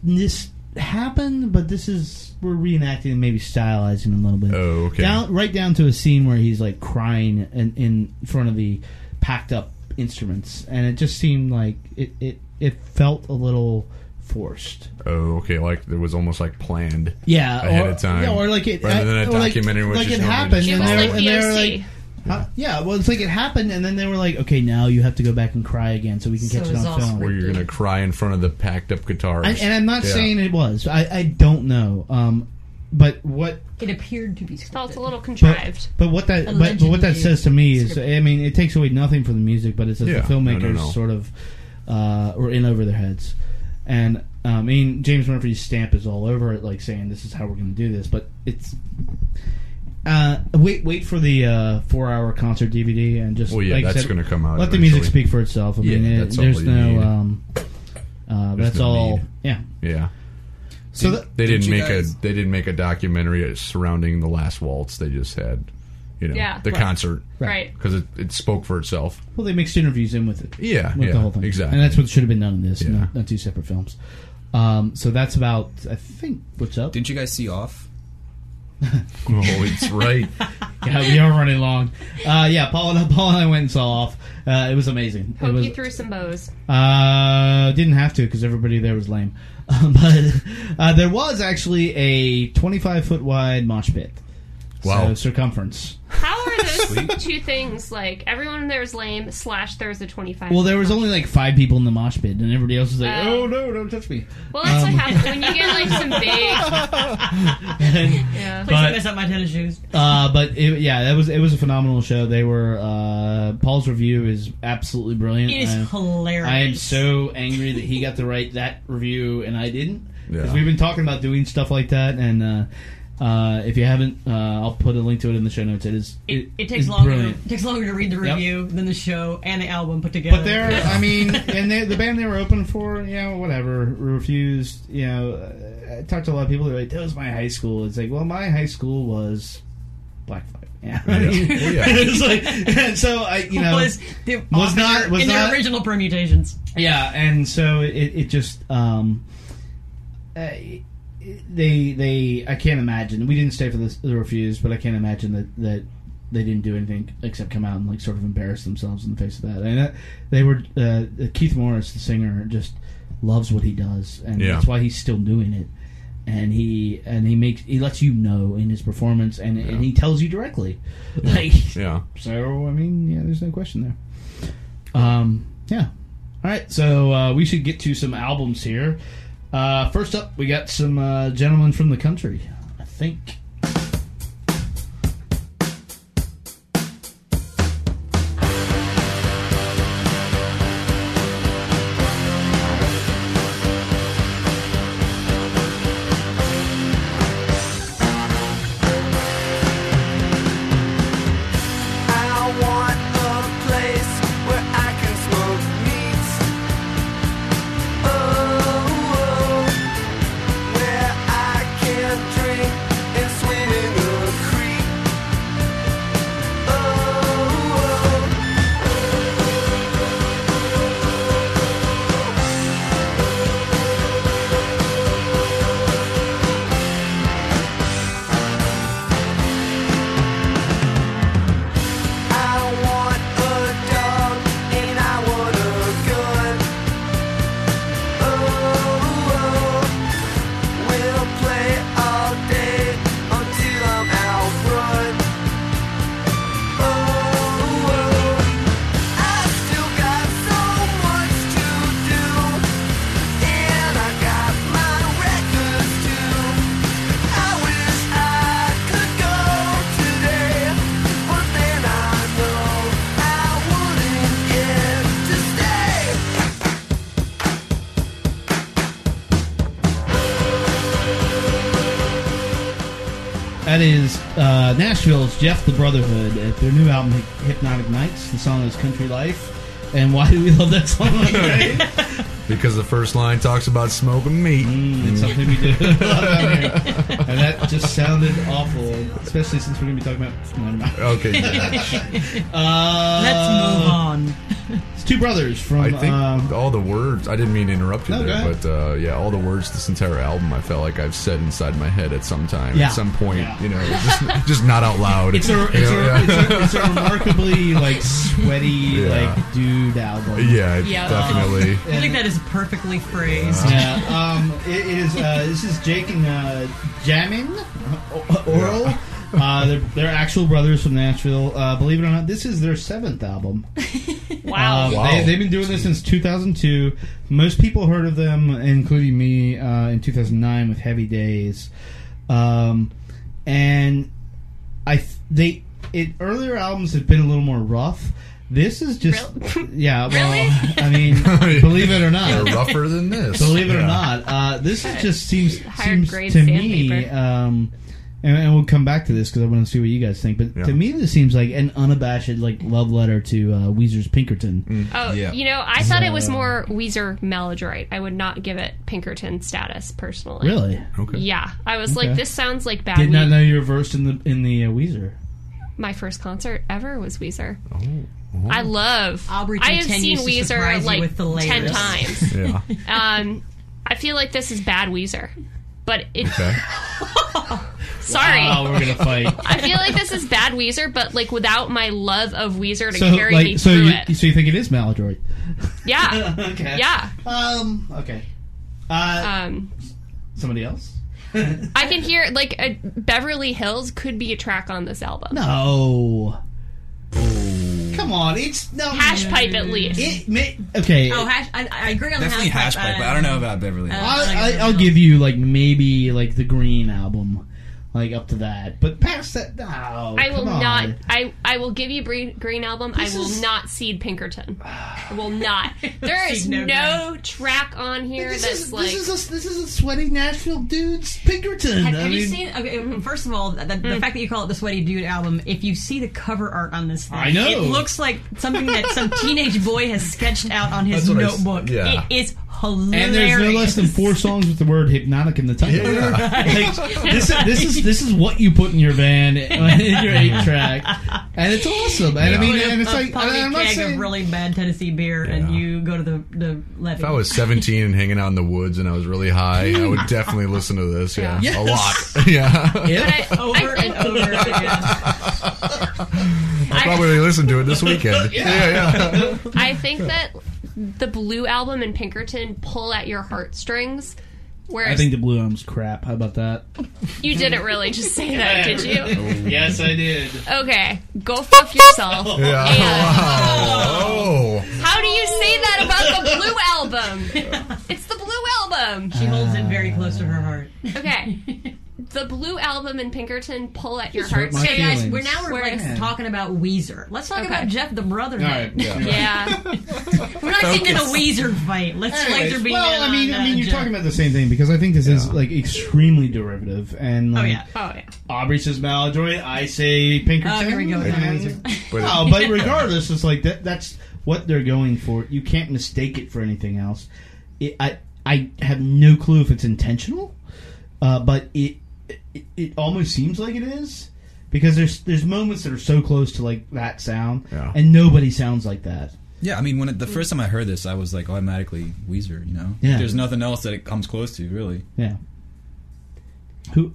S2: this happened, but this is we're reenacting and maybe stylizing a little bit.
S4: Oh, okay.
S2: Down right down to a scene where he's like crying in, in front of the packed up instruments, and it just seemed like it it, it felt a little forced.
S4: Oh, okay. Like it was almost like planned.
S2: Yeah,
S4: Ahead
S2: or,
S4: of time.
S2: Yeah, or like it
S4: Rather than a
S2: or like-
S4: documentary, which
S2: like,
S4: is
S2: it
S4: normally
S2: happened,
S4: just
S5: It
S2: and
S5: was
S4: they're-
S5: like
S2: they and they were
S5: VOC.
S2: like. Huh? Yeah, well, it's like it happened, and then they were like, "Okay, now you have to go back and cry again, so we can
S6: So
S2: catch it
S6: it's
S2: on
S6: all
S2: film."
S4: Where you're gonna cry in front of the packed up guitars.
S2: I, and I'm not
S4: Yeah.
S2: saying it was. I, I don't know. Um, but what
S6: It appeared to be scripted.
S5: felt a little
S2: but,
S5: contrived.
S2: but what that but, but what that
S6: Allegedly
S2: says to me is,
S6: scripted.
S2: I mean, it takes away nothing from the music, but it says
S4: Yeah,
S2: the filmmakers
S4: no, no, no.
S2: sort of uh, were in over their heads, and uh, I mean, James Murphy's stamp is all over it, like saying this is how we're going to do this, but it's. Uh, wait, wait for the uh, four-hour concert DVD, and just
S4: Well, yeah,
S2: like I
S4: that's
S2: said,
S4: gonna come out
S2: Let the music
S4: eventually.
S2: speak for itself. I
S4: Yeah,
S2: mean, it-
S4: that's all
S2: there's
S4: you
S2: no,
S4: need.
S2: um, uh, that's
S4: no
S2: all.
S4: need.
S2: Yeah,
S4: Yeah.
S2: So that,
S4: They
S3: Did
S4: didn't
S3: you
S4: make
S3: guys-
S4: a they didn't make a documentary surrounding the last waltz. They just had, you know,
S5: Yeah.
S4: the
S5: Right.
S4: concert
S5: right.
S4: because it, it spoke for itself.
S2: well, they mixed interviews in with it.
S4: Yeah,
S2: with
S4: yeah,
S2: the whole thing.
S4: exactly.
S2: And that's what should have been done in this,
S4: Yeah.
S2: not, not two separate films. Um, so that's about, I think, what's up.
S3: Didn't you guys see Off?
S4: oh, it's right.
S2: yeah, we are running long. Uh, yeah, Paul and, Paul and I went and saw off. Uh, it was amazing. It
S5: Hope
S2: was,
S5: you threw some bows.
S2: Uh, didn't have to because everybody there was lame. but uh, there was actually a 25 foot wide mosh pit.
S4: Wow.
S2: So circumference.
S5: How are those two things like everyone there's lame slash there's a twenty five?
S2: Well, there was only like five people in the mosh pit, and everybody else was like,
S5: Uh,
S2: "Oh no, don't touch me!"
S5: Well, that's
S2: Um,
S5: what happens when you get like some big. Yeah.
S6: Please
S2: but-
S6: don't mess up my tennis shoes.
S2: Uh, but it, yeah, that was it was a phenomenal show. They were uh, Paul's review is absolutely brilliant.
S6: It is
S2: I-
S6: hilarious.
S2: I am so angry that he got to write that review and I didn't. Because
S4: Yeah.
S2: we've been talking about doing stuff like that, and uh, uh, if you haven't, uh, I'll put a link to it in the show notes. It is.
S6: It, it
S2: is
S6: takes longer.
S2: Brilliant.
S6: It takes longer to read the
S2: Yep.
S6: review than the show and the album put together.
S2: But they're, I mean, and they, the band they were open for, you know, whatever, refused, you know. uh, I talked to a lot of people, they're like, that was my high school. It's like, well, my high school was Black Flag. Yeah.
S4: Yeah.
S2: it's like, and so I, you know.
S6: was the
S2: was
S6: in
S2: not-
S6: their-
S2: was
S6: in their
S2: not-
S6: original permutations.
S2: Yeah, and so it, it just um, uh, they they I can't imagine. We didn't stay for this, the refuse, but I can't imagine that that they didn't do anything except come out and like sort of embarrass themselves in the face of that. And that, they were uh, Keith Morris, the singer, just loves what he does, and
S4: Yeah.
S2: that's why he's still doing it. And he and he makes he lets you know in his performance, and, and he tells you directly, like
S4: Yeah.
S2: so I mean, yeah, there's no question there. Um, yeah. All right, so uh, we should get to some albums here. Uh, first up, we got some uh, gentlemen from the country. I think.
S1: I want a place where I can smoke meat. Oh, where I can drink and Oh, Oh,
S2: That is uh, Nashville's Jeff the Brotherhood at their new album Hy- Hypnotic Nights. The song is Country Life. And why do we love that song? Andre?
S4: because the first line talks about smoking meat.
S2: it's something we do love out here. And that just sounded awful, especially since we're going to be talking about. Never mind.
S4: Okay, yeah.
S2: Uh,
S6: Let's move on.
S2: It's two brothers from.
S4: I think
S2: um,
S4: all the words. I didn't mean to interrupt you
S2: No, go
S4: there,
S2: ahead.
S4: but uh, yeah, all the words this entire album, I felt like I've said inside my head at some time,
S2: Yeah.
S4: at some point,
S2: Yeah.
S4: you know, just, just not out loud.
S2: it's a, it's,
S4: You know,
S2: a, it's, a, it's a remarkably like sweaty
S4: Yeah.
S2: like dude album.
S4: yeah, it-
S5: Yeah.
S4: definitely.
S6: I feel like that is perfectly phrased.
S2: Yeah, um, it, it is. Uh, this is Jake and uh, Jamin uh, Oral. Uh, they're, they're actual brothers from Nashville. Uh, believe it or not, this is their seventh album.
S5: Wow.
S2: Um,
S4: Wow.
S2: They, they've been doing this since 2002. Most people heard of them, including me, uh, in 2009 with Heavy Days. Um, and I th- they it earlier albums have been a little more rough. This is just
S5: Really?
S2: yeah. Well,
S5: Really?
S2: I mean, believe it or not,
S4: They're rougher than this.
S2: Believe it
S4: Yeah.
S2: or not, uh, this is just seems
S5: Higher
S2: seems
S5: grade
S2: to me,
S5: sandpaper.
S2: um, and, and we'll come back to this because I want to see what you guys think. But
S4: Yeah.
S2: to me, this seems like an unabashed like love letter to uh, Weezer's Pinkerton.
S5: Oh,
S3: Mm. Yeah.
S5: you know, I thought it was more Weezer Maladroit. I would not give it Pinkerton status personally.
S2: Really,
S4: Okay.
S5: Yeah, I was
S2: Okay.
S5: like, this sounds like bad.
S2: did not
S5: Wee-
S2: know you were versed in the in the uh, Weezer.
S5: My first concert ever was Weezer.
S3: Oh,
S5: I love.
S6: Aubrey
S5: I have seen
S6: continues to surprise
S5: Weezer
S6: you
S5: like
S6: with the
S5: ten
S6: layers.
S5: times.
S4: Yeah.
S5: um, I feel like this is bad Weezer, but it.
S4: Okay.
S5: Sorry.
S2: Oh, we're gonna fight.
S5: I feel like this is bad Weezer, but like without my love of Weezer to
S2: so
S5: carry me
S2: like so
S5: through
S2: you
S5: it.
S2: so you think it is maladroit?
S5: Yeah,
S2: okay.
S5: yeah.
S2: Um. Okay. Uh,
S5: Um,
S2: somebody else?
S5: I can hear like a, Beverly Hills could be a track on this album.
S3: Oh.
S2: No. Come on, it's no.
S5: Hash pipe at least.
S2: It may, okay.
S6: Oh, hash, I, I agree on
S3: Definitely
S6: the uh, hash
S3: hash
S6: pipe,
S3: pipe, but I don't know about Beverly Hills.
S2: I, I, I'll give you like maybe like the Green album, like up to that, but past that, no.
S5: I will
S2: come on.
S5: not. I, I will give you Bre- Green Album.
S2: This
S5: I will
S2: is-
S5: not seed Pinkerton. I will not. There
S6: Seed
S5: is
S6: no
S5: no,
S6: ground.
S5: track on here
S2: This
S5: that's
S2: is
S5: like.
S2: this is a, this is a sweaty Nashville dude's Pinkerton.
S6: Have,
S2: I
S6: have you
S2: mean-
S6: seen? Okay, first of all, the, the fact that you call it the Sweaty Dude album. If you see the cover art on this, thing,
S2: I know.
S6: it looks like something that some teenage boy has sketched out on his
S4: That's what I s-
S6: notebook.
S4: yeah.
S6: It is hilarious.
S2: And there's no less than four songs with the word hypnotic in the title.
S4: Yeah.
S2: Like, this, is, this is this is what you put in your van in your eight track, and it's awesome. And I mean,
S6: Put a-
S2: and it's
S6: a
S2: like and
S6: potty
S2: I'm not
S6: keg
S2: saying
S6: of really bad Tennessee beer, and
S4: Yeah.
S6: you go to the the levee.
S4: If I was 17 and hanging out in the woods and I was really high, I would definitely listen to this. Yeah.
S2: Yeah.
S4: A lot. Yeah.
S2: Yeah.
S5: I,
S6: over
S5: I-
S6: and over again.
S4: I probably listened to it this weekend. yeah. yeah.
S5: I think that the Blue Album and Pinkerton pull at your heartstrings.
S2: I
S5: Whereas
S2: think the Blue Album's crap. How about that?
S5: you didn't really just say that, did you?
S2: yes, I did.
S5: Okay, go fuck yourself.
S4: Yeah. Wow.
S5: How do you say that about the Blue Album? It's the Blue Album.
S6: She holds it very close to her heart.
S5: Okay. The Blue Album and Pinkerton pull at your
S2: hurt my
S5: heartstrings.
S2: feelings.
S6: Guys, we're now we're like
S5: Where-
S6: talking about Weezer. Let's talk
S5: Okay.
S6: about Jeff the Brotherhood.
S2: All right.
S5: Yeah.
S6: We're not getting in a Weezer fight. Let's like there
S2: Anyways,
S6: be
S2: well, I mean,
S6: on,
S2: I mean,
S6: uh,
S2: you're
S6: Jeff.
S2: talking about the same thing because I think this is like extremely derivative, and
S6: Oh
S2: like,
S6: yeah.
S5: Oh yeah.
S2: Aubrey says Maladroit, I say Pinkerton.
S6: Oh, here we go with that
S2: and-
S6: Weezer.
S4: But-
S2: No, but regardless, it's like that. That's what they're going for. You can't mistake it for anything else. It, I I have no clue if it's intentional, uh, but it, it it almost seems like it is because there's there's moments that are so close to like that sound,
S4: Yeah.
S2: and nobody sounds like that.
S3: Yeah, I mean, when it, the first time I heard this, I was like automatically Weezer. You know,
S2: Yeah.
S3: there's nothing else that it comes close to, really.
S2: Yeah. Who?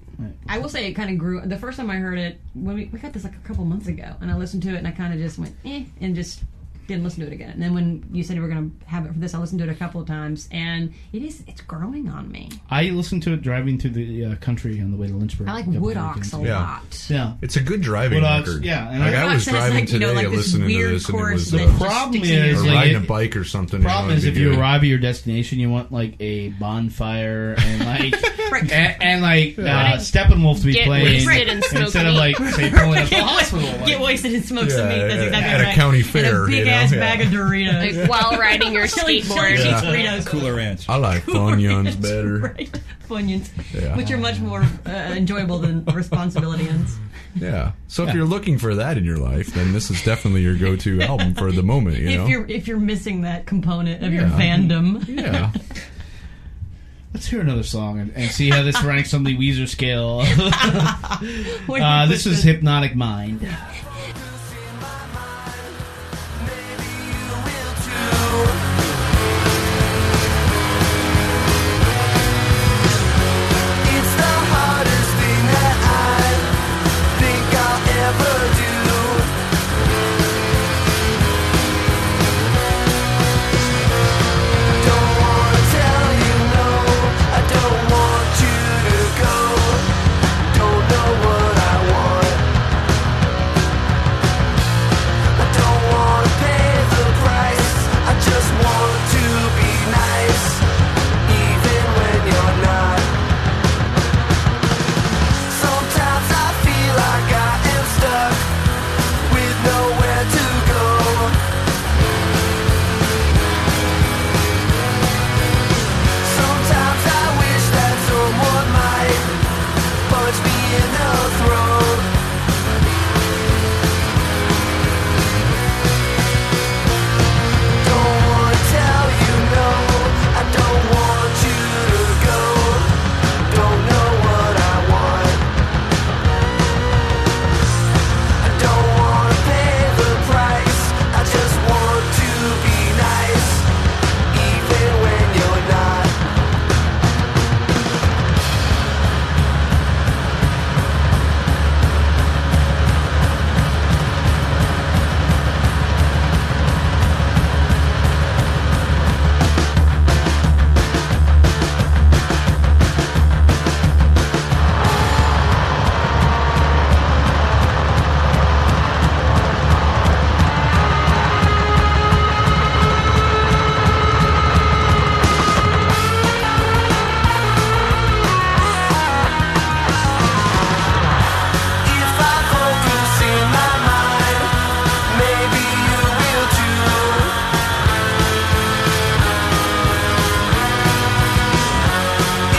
S6: I will say it kind of grew. The first time I heard it, when we, we got this like a couple months ago, and I listened to it, and I kind of just went eh, and just didn't listen to it again. And then when you said you were going to have it for this, I listened to it a couple of times, and it is it's growing on me.
S2: I listened to it driving through the uh, country on the way to Lynchburg.
S6: I like
S2: Yeah,
S6: Wood Ox a
S4: Yeah.
S6: lot.
S2: Yeah.
S4: It's a good driving
S2: Well, that's-
S4: record.
S2: yeah, and
S4: like
S2: I-
S4: I, was
S6: Wood Ox has,
S4: driving
S6: like, you know,
S4: today,
S6: like, this
S4: listening to
S6: weird
S4: this, and it
S6: chorus
S4: was
S6: that
S4: uh,
S6: just
S2: problem
S6: sticks in your
S2: is,
S4: or
S6: head.
S2: like,
S4: riding
S2: it-
S4: a bike or something.
S2: problem is if you
S4: ride,
S2: arrive at your destination, you want like a bonfire and like
S6: Right,
S2: and, and like uh, Steppenwolf to be
S5: Get
S2: playing
S5: wasted and smoke
S2: instead of
S5: meat.
S2: like say pulling up the hospital. Like,
S6: Get wasted and smoke
S4: Yeah,
S6: some meat. That's
S4: at-
S6: exactly
S4: at a
S6: right.
S4: county
S6: And
S4: fair,
S6: a
S4: you
S6: big
S4: know,
S6: ass
S4: yeah.
S6: bag of Doritos.
S5: Like, while riding your
S6: Chili- chili
S5: skateboard.
S6: cheese
S4: Yeah.
S6: Doritos.
S7: Cooler Ranch.
S4: I like Funyuns
S6: Onions,
S4: better.
S6: Right. Funyuns.
S4: Yeah.
S6: Which are much more uh, enjoyable than responsibility ends.
S4: Yeah. So if you're looking for that in your life, then this is definitely your go-to album for the moment. You know.
S6: If you're if you're missing that component of your
S4: Yeah.
S6: fandom.
S4: yeah.
S2: Let's hear another song and, and see how this ranks on the Weezer scale.
S6: When you
S2: Uh,
S6: put
S2: this is
S6: the-
S2: Hypnotic Mind.
S1: It's the hardest thing that I think I'll ever do. Don't wanna tell you no. I don't want you to go. Don't know what I want. I don't wanna pay the price. I just want to be nice, even when you're not. Sometimes I feel like I am stuck with nowhere to go. Sometimes I wish that someone might punch me in the throat. Don't wanna tell you no. I don't want you to go. Don't know what I want. I don't wanna pay the price. I just want to be nice, even when you're not. If I focus in my mind, maybe you will too.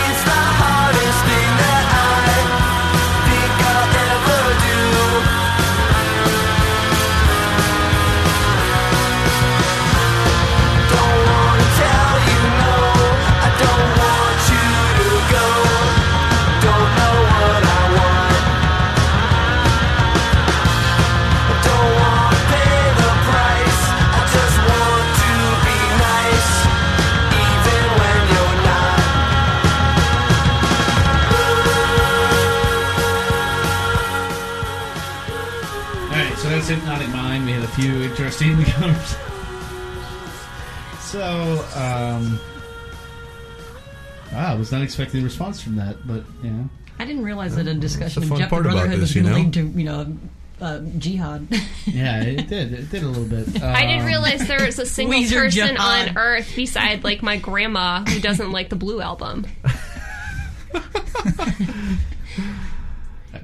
S1: It's the hardest thing that I think I'll ever do. Don't wanna tell you no. I don't want you to go. Don't know what I want. Don't wanna pay the price. I just want to be nice, even when you're not.
S2: All right, so that's Hypnotic Mind. We had a few interesting encounters. So, um, wow, I was not expecting a response from that, but you know,
S6: I didn't realize that a discussion
S4: the
S6: of
S4: fun
S6: Jeff
S4: part about
S6: Brotherhood was
S4: this, you
S6: going to
S4: know?
S6: lead to you know uh, jihad.
S2: yeah, it did. It did a little bit. Um,
S5: I didn't realize there was a single
S6: Weezer
S5: person
S6: Jahan.
S5: on Earth beside like my grandma who doesn't like the Blue album.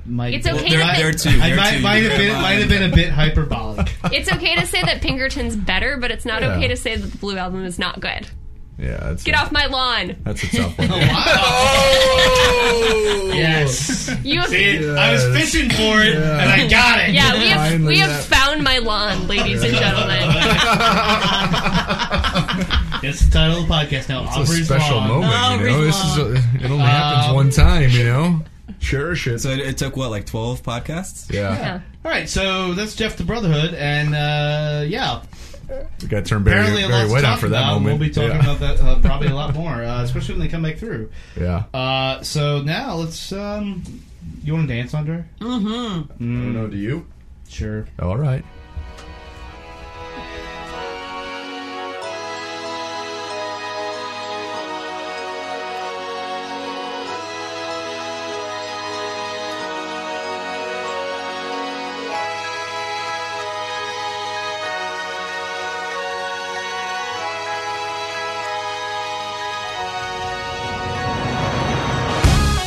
S2: Might,
S5: It's okay to
S2: I-
S5: think-
S7: There too.
S2: I
S7: There
S2: might,
S7: too.
S2: might have been might have been a bit hyperbolic.
S5: It's okay to say that Pinkerton's better, but it's not
S4: Yeah.
S5: okay to say that the Blue album is not good.
S4: Yeah. That's
S5: Get
S4: a,
S5: off my lawn.
S4: That's a tough one.
S2: Yes,
S5: You have,
S2: See, I was
S4: Yes.
S2: fishing for it, and I got it.
S5: yeah, we have
S4: Finally
S5: we have
S4: that-
S5: found my lawn, ladies and gentlemen.
S2: That's the title of the podcast now.
S4: It's a
S2: Aubrey's
S4: special
S2: Lawn. Um,
S4: moment. you know,
S6: Aubrey's
S4: this is a, it only happens one time. You know, cherish it.
S7: So it, it took what, like twelve podcasts?
S4: yeah.
S5: Yeah.
S2: All right, so that's Jeff the Brotherhood, and uh, yeah,
S4: we got to turn
S2: apparently
S4: Barry,
S2: a
S4: Barry
S2: lot to
S4: White
S2: talk
S4: out for that
S2: about.
S4: moment.
S2: We'll be talking
S4: yeah.
S2: about that uh, probably a lot more, uh, especially when they come back through.
S4: Yeah.
S2: Uh, so now let's. Um, you want to dance under?
S5: Mm-hmm.
S4: I don't know. Do you?
S2: Sure.
S4: All right.
S1: Don't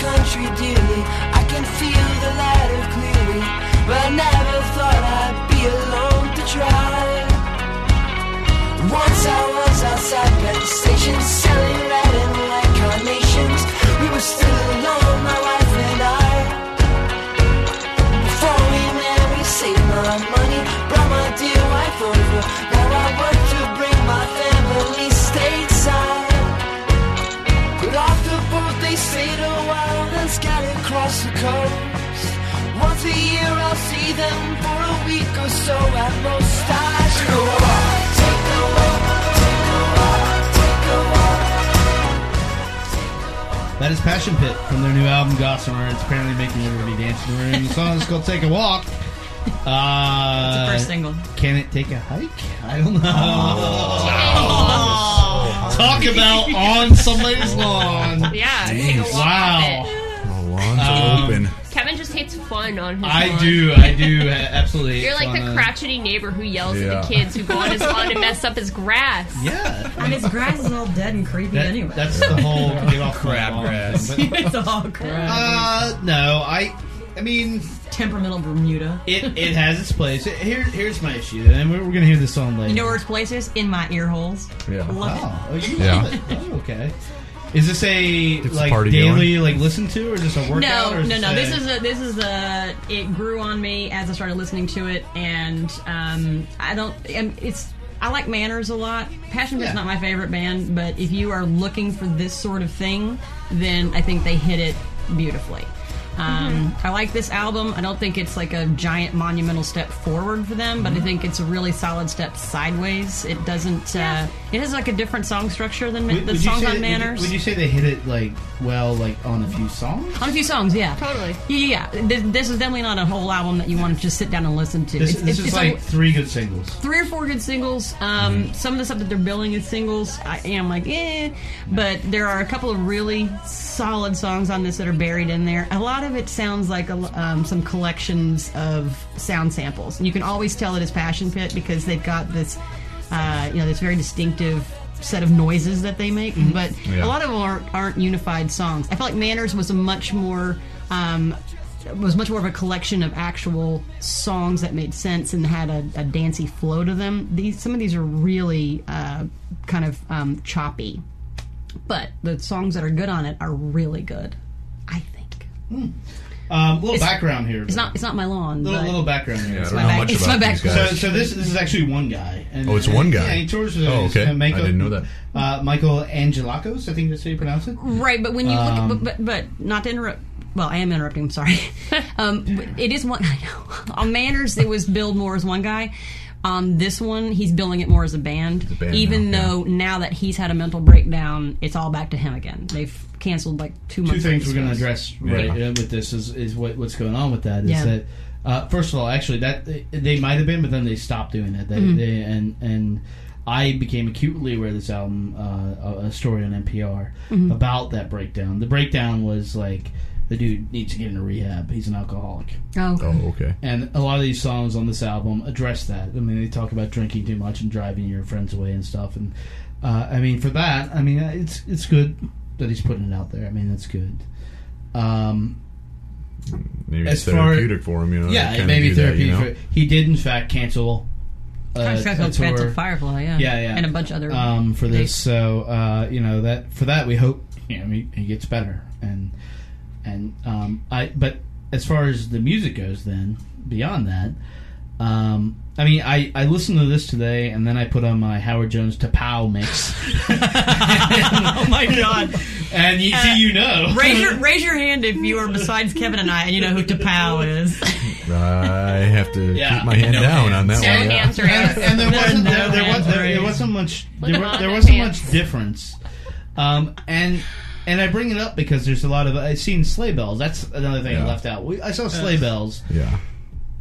S1: country dearly. I can feel the light of clearly, but I never thought I'd be alone to try. Once I was outside petrol stations, selling red and white carnations. We were still alone, my wife and I. Before we met, we saved my money, brought my dear wife over. Now I work to bring my family stateside. But off the boat they stayed a while, then scattered across the coast. Once a year I'll see them for a week or so at most. I should walk, take a walk, take a walk, take a walk.
S2: That is Passion Pit from their new album Gossamer. It's apparently making everybody dance in the room. The song is called Take a Walk. Uh,
S6: the first single.
S2: Can it take a hike? I don't know.
S4: Oh.
S2: Talk about on somebody's lawn.
S5: Yeah, take a walk off it.
S2: Wow.
S4: Oh, lawns
S2: Um,
S4: are open.
S5: Kevin just hates fun on his
S2: I
S5: lawn.
S2: do. I do. uh, Absolutely.
S5: You're like
S2: It's on,
S5: the
S2: uh,
S5: crotchety neighbor who yells at
S4: Yeah.
S5: the kids who go on his lawn and mess up his grass.
S2: Yeah.
S6: And his grass is all dead and creepy
S2: That-
S6: anyway.
S2: That's the whole get off
S3: Crab
S2: crab
S3: grass.
S6: it's all crap.
S2: Uh, no. I. I mean,
S6: Temperamental Bermuda.
S2: it, it has its place. Here, here's my issue, and we're, we're gonna hear this song later.
S6: You know where its place is? In my ear holes.
S4: Yeah.
S6: Love it.
S2: Oh, oh, you
S4: Yeah.
S2: love it. Oh, okay. Is this a
S4: a
S2: like
S4: party
S2: daily like listen to, or is this a workout?
S6: No,
S2: or
S6: no, no.
S2: a-
S6: This is a this is a. It grew on me as I started listening to it, and um, I don't. and It's I like Manners a lot. Passion Pit's
S2: Yeah.
S6: not my favorite band, but if you are looking for this sort of thing, then I think they hit it beautifully. Um,
S2: Mm-hmm.
S6: I like this album. I don't think it's like a giant monumental step forward for them, but
S2: Mm-hmm.
S6: I think it's a really solid step sideways. It doesn't. Uh, it has like a different song structure than
S2: Would-
S6: the
S2: would you
S6: songs
S2: say
S6: on
S2: that- would you-
S6: Manners.
S2: Would, you say they hit it like well, like on a few songs?
S6: On a few songs, yeah.
S5: Totally.
S6: Yeah, yeah, yeah. This, this is definitely not a whole album that you want to just sit down and listen to.
S2: This,
S6: it's, it's-
S2: this is
S6: it's
S2: like
S6: a-
S2: three good singles.
S6: three or four good singles. Um, Some of the stuff that they're billing as singles, I am like, eh. But there are a couple of really solid songs on this that are buried in there. A lot of it sounds like a, l- um, some collections of sound samples. You can always tell it is Passion Pit because they've got this, uh, you know, this very distinctive set of noises that they make. But
S4: Yeah.
S6: a lot of them aren't, aren't unified songs. I felt like Manners was a much more. Um, was much more of a collection of actual songs that made sense and had a, a dancey flow to them. These some of these are really uh, kind of um, choppy, but the songs that are good on it are really good. I think
S2: Um, little
S6: It's-
S2: background here.
S6: it's not it's not my lawn.
S2: little
S6: but
S2: little background here.
S4: Yeah, I
S6: It's
S4: don't
S6: my
S4: know
S6: back-
S4: much
S6: it's
S4: about
S6: my
S4: these
S6: back-
S4: guys.
S2: So, so this this is actually one guy. And,
S4: Oh, it's one guy.
S2: Yeah, he tours with
S4: Oh,
S2: his-
S4: okay.
S2: uh, Michael,
S4: I didn't know that.
S2: Uh, Michael Angelakos, I think that's how you pronounce it.
S6: Right, but when you
S2: Um,
S6: look, but, but but not to interrupt. Well, I am interrupting. I'm sorry. um, but it is one. I know on Manners it was billed more as one guy. On this one, he's billing it more as a band.
S4: a band
S6: even
S4: now,
S6: though now that he's had a mental breakdown, it's all back to him again. They've canceled like two
S2: two
S6: months.
S2: things
S6: of
S2: we're going to
S6: shows.
S2: address right
S4: Yeah.
S2: uh, with this is, is what, what's going on with that is
S6: Yeah.
S2: that uh, first of all actually that they- they might have been but then they stopped doing that they,
S6: Mm-hmm.
S2: they, and and I became acutely aware of this album uh, a- a story on NPR
S6: Mm-hmm.
S2: about that breakdown the breakdown was like the dude needs to get into rehab he's an alcoholic
S6: Oh, okay.
S4: Oh, okay.
S2: and a lot of these songs on this album address that. I mean, they talk about drinking too much and driving your friends away and stuff. And uh, I mean, for that, I mean, it's it's good that he's putting it out there. I mean, that's good. Um,
S4: Maybe
S2: As
S4: it's
S2: far-
S4: therapeutic for him, you know. to
S2: yeah, it
S4: kinda
S2: may be
S4: do that,
S2: therapy.
S4: you know?
S2: for, he did, in fact, cancel. Uh,
S6: It's got
S2: a
S6: called
S2: tour.
S6: Phantom Firefly, yeah,
S2: Yeah, yeah,
S6: and a bunch of other
S2: um, for this.
S6: dates.
S2: So uh, you know that for that we hope you know, he, he gets better and and um, I. But as far as the music goes, then beyond that, um, I mean, I I listened to this today and then I put on my Howard Jones to Pow mix,
S6: oh my god! Uh,
S2: and you see, you know,
S6: Raise your raise your hand if you are besides Kevin and I, and you know who Tapao is.
S4: I have to
S2: Yeah.
S4: keep my hand
S3: No
S4: down
S3: hands.
S4: on that
S5: No
S4: one. yeah.
S5: hands
S2: and,
S5: raised.
S2: and there wasn't there, there, was,
S6: hands
S2: there,
S6: raised.
S2: wasn't much there,
S5: Look
S2: wa-
S5: on
S2: there
S5: the
S2: wasn't
S5: hands.
S2: much difference um, and and I bring it up because there's a lot of I've seen sleigh bells that's another thing I
S4: Yeah.
S2: left out we, I saw sleigh bells
S4: Yeah.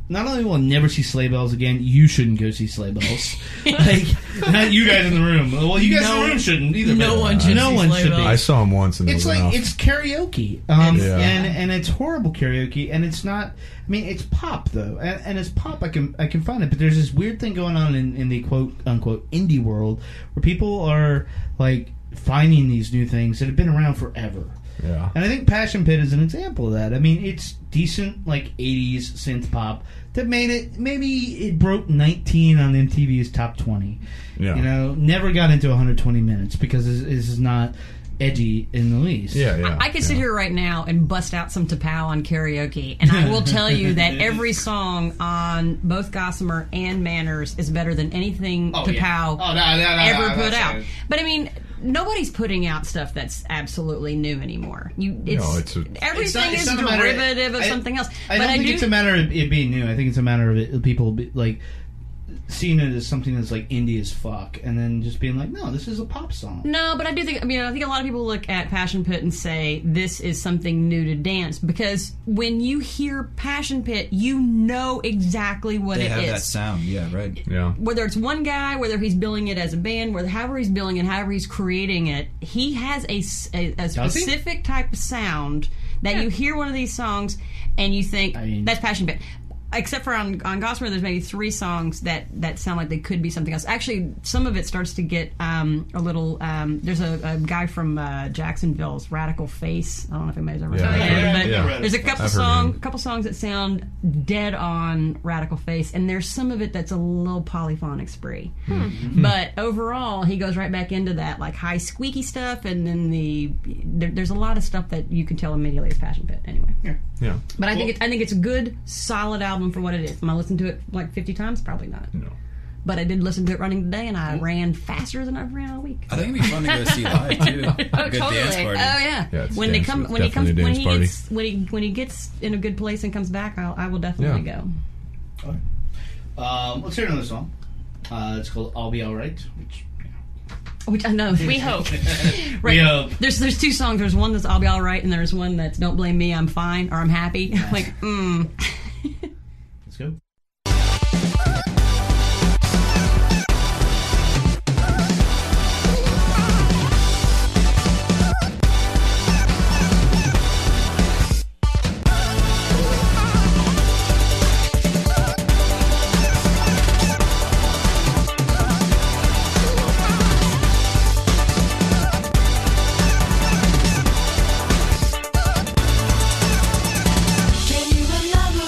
S2: not only will I never see sleigh bells again you shouldn't go see sleigh bells like not you guys in the room well you guys in
S6: No-
S2: the room shouldn't either
S6: no
S2: but-
S6: one should
S2: no
S6: see
S2: one
S6: sleigh
S2: should
S6: bells.
S2: be
S4: I saw him once, and it
S2: it's
S4: was
S2: like
S4: enough.
S2: it's karaoke, um,
S4: Yeah.
S2: and and it's horrible karaoke, and it's not. I mean, it's pop though, and, and it's pop. I can I can find it, but there's this weird thing going on in, in the quote unquote indie world where people are like finding these new things that have been around forever.
S4: Yeah.
S2: And I think Passion Pit is an example of that. I mean, it's decent like '80s synth pop that made it. Maybe it broke 19 on MTV's top 20.
S4: Yeah.
S2: You know, never got into 120 minutes because this, this is not edgy in the least.
S4: Yeah, yeah.
S6: I could sit
S4: yeah.
S6: here right now and bust out some Tapao on karaoke, and I will tell you that every song on both Gossamer and Manners is better than anything
S2: Oh,
S6: Tapao
S2: yeah. Oh, no, no, no, no,
S6: ever
S2: no,
S6: put
S2: that's
S6: out.
S2: it.
S6: But I mean, nobody's putting out stuff that's absolutely new anymore. You, it's,
S4: it's a-
S6: everything
S2: It's not- it's
S6: is
S2: not a matter-
S6: derivative of
S2: I-
S6: something else.
S2: I
S6: but
S2: don't
S6: I
S2: think
S6: do
S2: it's a matter of it being new. I think it's a matter of it, people be, like seeing it as something that's like indie as fuck, and then just being like, no, this is a pop song.
S6: No, but I do think. I mean, I think a lot of people look at Passion Pit and say this is something new to dance because when you hear Passion Pit, you know exactly what
S7: They
S6: it
S7: have
S6: is.
S7: that sound. Yeah, right.
S4: Yeah.
S6: Whether it's one guy, whether he's billing it as a band, whether however he's billing it, however he's creating it, he has a, s- a- a
S2: he?
S6: specific type of sound that you hear one of these songs and you think
S2: I mean-
S6: that's Passion Pit. Except for on, on Gossamer, there's maybe three songs that, that sound like they could be something else. Actually, some of it starts to get um, a little. Um, there's a, a guy from uh, Jacksonville's Radical Face. I don't know if anybody's ever
S4: Yeah,
S6: heard of
S4: I've
S6: him,
S4: heard-
S6: but
S4: yeah.
S6: there's a couple
S4: I've heard of
S6: song,
S4: him.
S6: couple songs that sound dead on Radical Face, and there's some of it that's a little polyphonic spree.
S1: Hmm.
S6: But overall, he goes right back into that like high squeaky stuff, and then the there, there's a lot of stuff that you can tell immediately is Passion Pit. Anyway,
S4: Yeah.
S6: but I think it, I think it's a good, solid album for what it is. Am I listening to it like 50 times? Probably not.
S4: No. Mm-hmm.
S6: But I did listen to it running today, and I ran faster than I've ran all week.
S7: I think it'd be fun to go see live too. oh, Good
S5: totally.
S7: dance party.
S6: Oh yeah.
S4: Yeah, it's
S6: when they
S4: dance-
S6: come,
S4: it's
S6: when he comes,
S4: definitely a
S6: when
S4: dance
S6: he
S4: party.
S6: gets, when he when he gets in a good place and comes back, I'll, I will definitely
S4: Yeah.
S6: go.
S2: Um, let's hear another song. Uh, it's called "I'll Be Alright," which
S6: Which I know.
S5: We hope.
S6: right.
S2: We hope.
S6: There's there's two songs. There's one that's I'll be all right, and there's one that's Don't blame me, I'm fine or I'm happy. like, mm.
S2: let's go.
S1: Can you remember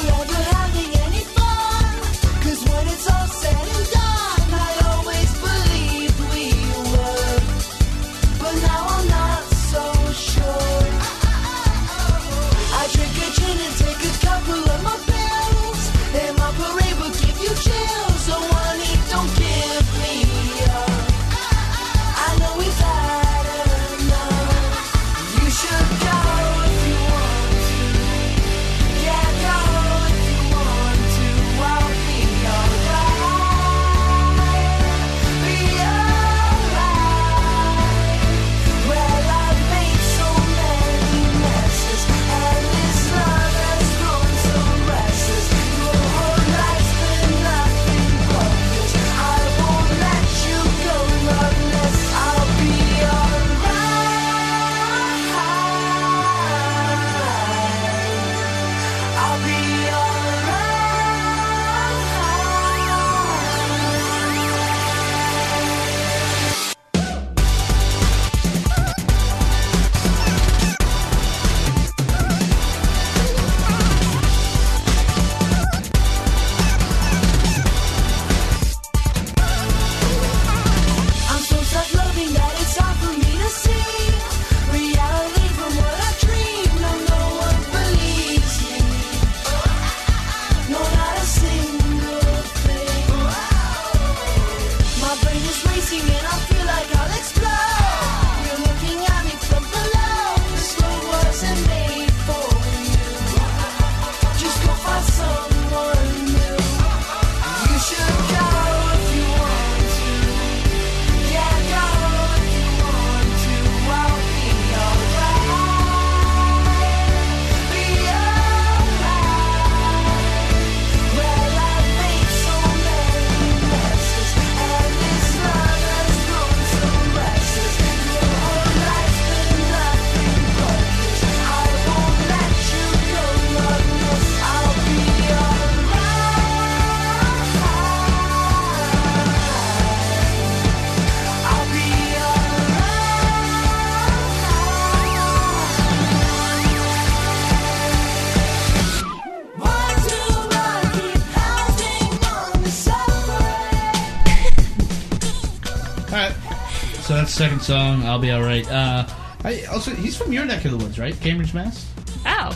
S2: that's the second song. I'll be all right. Uh, I also he's from your neck of the woods, right? Cambridge, Mass.
S5: Oh,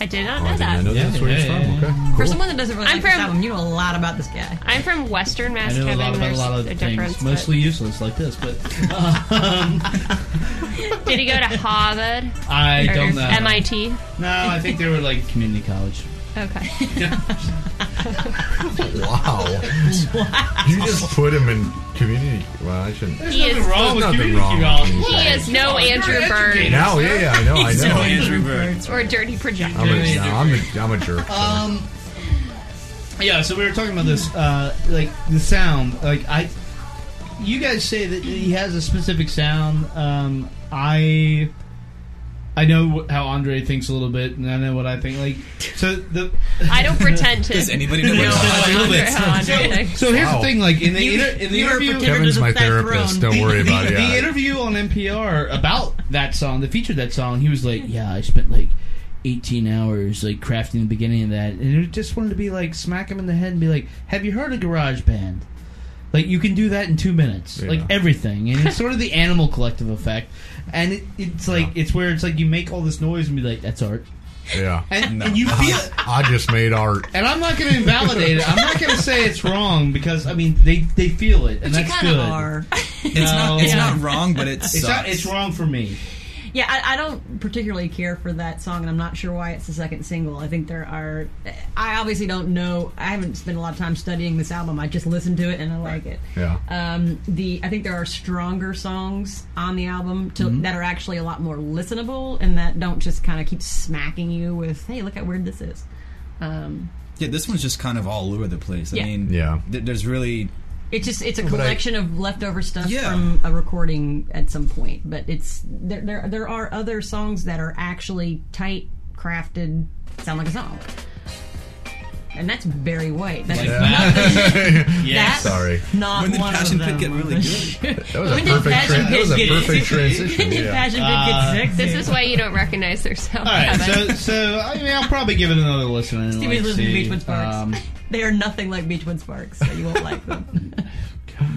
S5: I did not
S4: Oh,
S5: know
S4: I did
S5: that.
S4: not know
S2: Yeah,
S4: that's where he's
S2: yeah,
S4: from.
S2: yeah,
S4: Okay,
S6: For
S4: cool.
S6: someone that doesn't really
S5: I'm
S6: like this
S5: from-
S6: album, you know a lot about this guy.
S5: I'm from Western Mass.
S2: I know a lot
S5: Kevin.
S2: about a
S5: There's
S2: lot of
S5: difference.
S2: things,
S5: but-
S2: mostly useless like this. But Um,
S5: Did he go to Harvard?
S2: I
S5: or
S2: don't know.
S5: MIT.
S2: No, I think they were like community college.
S5: Okay.
S4: Wow. you just put him in community. Well, I shouldn't.
S5: He is.
S2: wrong
S4: There's
S2: with
S4: nothing
S2: community
S4: wrong with
S2: college.
S4: community
S5: He is no Andrew Bird
S4: Now, yeah, yeah, I know, I know.
S3: Andrew Bird.
S5: or Dirty Projector.
S4: I'm a,
S2: Community
S4: no, I'm a, I'm a jerk. so.
S2: Yeah, so we were talking about this, uh, like the sound. Like I, you guys say that he has a specific sound. Um, I, I know wh- how Andre thinks a little bit, and I know what I think. Like, so the
S5: I don't pretend to.
S10: Does anybody know
S2: Yeah.
S10: what
S2: I love it.
S5: it.
S2: so here's
S4: Wow.
S2: the thing. Like in the
S6: You-
S2: inter- in the
S6: you were
S2: interview,
S6: pretending-
S4: Kevin's
S6: to
S4: my
S6: the throne.
S4: therapist. Don't worry about it.
S2: the
S4: Yeah.
S2: interview on NPR about that song, that featured that song, he was like, "Yeah, I spent like 18 hours like crafting the beginning of that," and it just wanted to be like smack him in the head and be like, "Have you heard of Garage Band?" Like you can do that in two minutes,
S4: Yeah.
S2: like everything, and it's sort of the animal collective effect, and it, it's like it's where it's like you make all this noise and be like, "That's art,"
S4: yeah.
S2: and, and you feel.
S4: I just made art.
S2: And I'm not going to invalidate it. I'm not going to say it's wrong because I mean they, they feel it, and
S6: But you
S2: that's
S6: kind
S2: good.
S6: of are.
S10: It's not. It's
S2: No.
S10: not wrong, but it sucks.
S2: It's not, it's wrong for me.
S6: Yeah, I, I don't particularly care for that song, and I'm not sure why it's the second single. I think there are. I obviously don't know. I haven't spent a lot of time studying this album. I just listened to it and I like it.
S4: Yeah.
S6: Um, the I think there are stronger songs on the album to, that are actually a lot more listenable and that don't just kind of keep smacking you with, "Hey, look how weird this is." Um,
S3: Yeah, this one's just kind of all over the place. I
S6: Yeah.
S3: mean,
S4: Yeah.
S3: th- there's really
S6: It's just it's a
S4: but I-
S6: collection of leftover stuff
S3: Yeah.
S6: from a recording at some point, but it's there, there. There are other songs that are actually tight, crafted, sound like a song, and that's very white. That's that's
S4: Sorry.
S6: Not
S3: when did
S6: one
S3: Passion
S6: of
S3: Pit
S6: them.
S3: get really good?
S4: That was a
S6: When did
S4: perfect.
S6: Passion
S4: Tra- that
S6: Pit
S4: was a
S6: get-
S4: perfect
S6: When
S4: transition.
S6: did
S4: Yeah.
S6: Passion
S2: Uh,
S6: Pit get sexy?
S5: This is why you don't recognize their sound.
S2: All right,
S5: Kevin.
S2: so so I mean, I'll probably give it another listen. And,
S6: Stevie
S2: like,
S6: was listening
S2: see,
S6: to Beachwood Sparks.
S2: um,
S6: they are nothing like Beachwood Sparks, so you won't like them.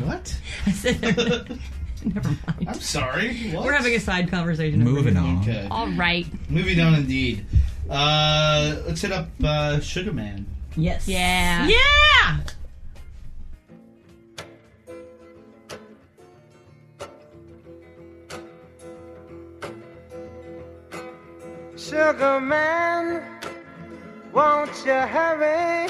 S2: what?
S6: I said they're- Never mind.
S2: I'm sorry. What?
S6: We're having a side conversation. over
S3: Moving
S6: here.
S3: on.
S2: okay.
S5: All right.
S2: moving on. Indeed. Uh, let's hit up uh, Sugar Man.
S6: Yes.
S5: Yeah.
S6: Yeah.
S11: Sugar man, won't you hurry?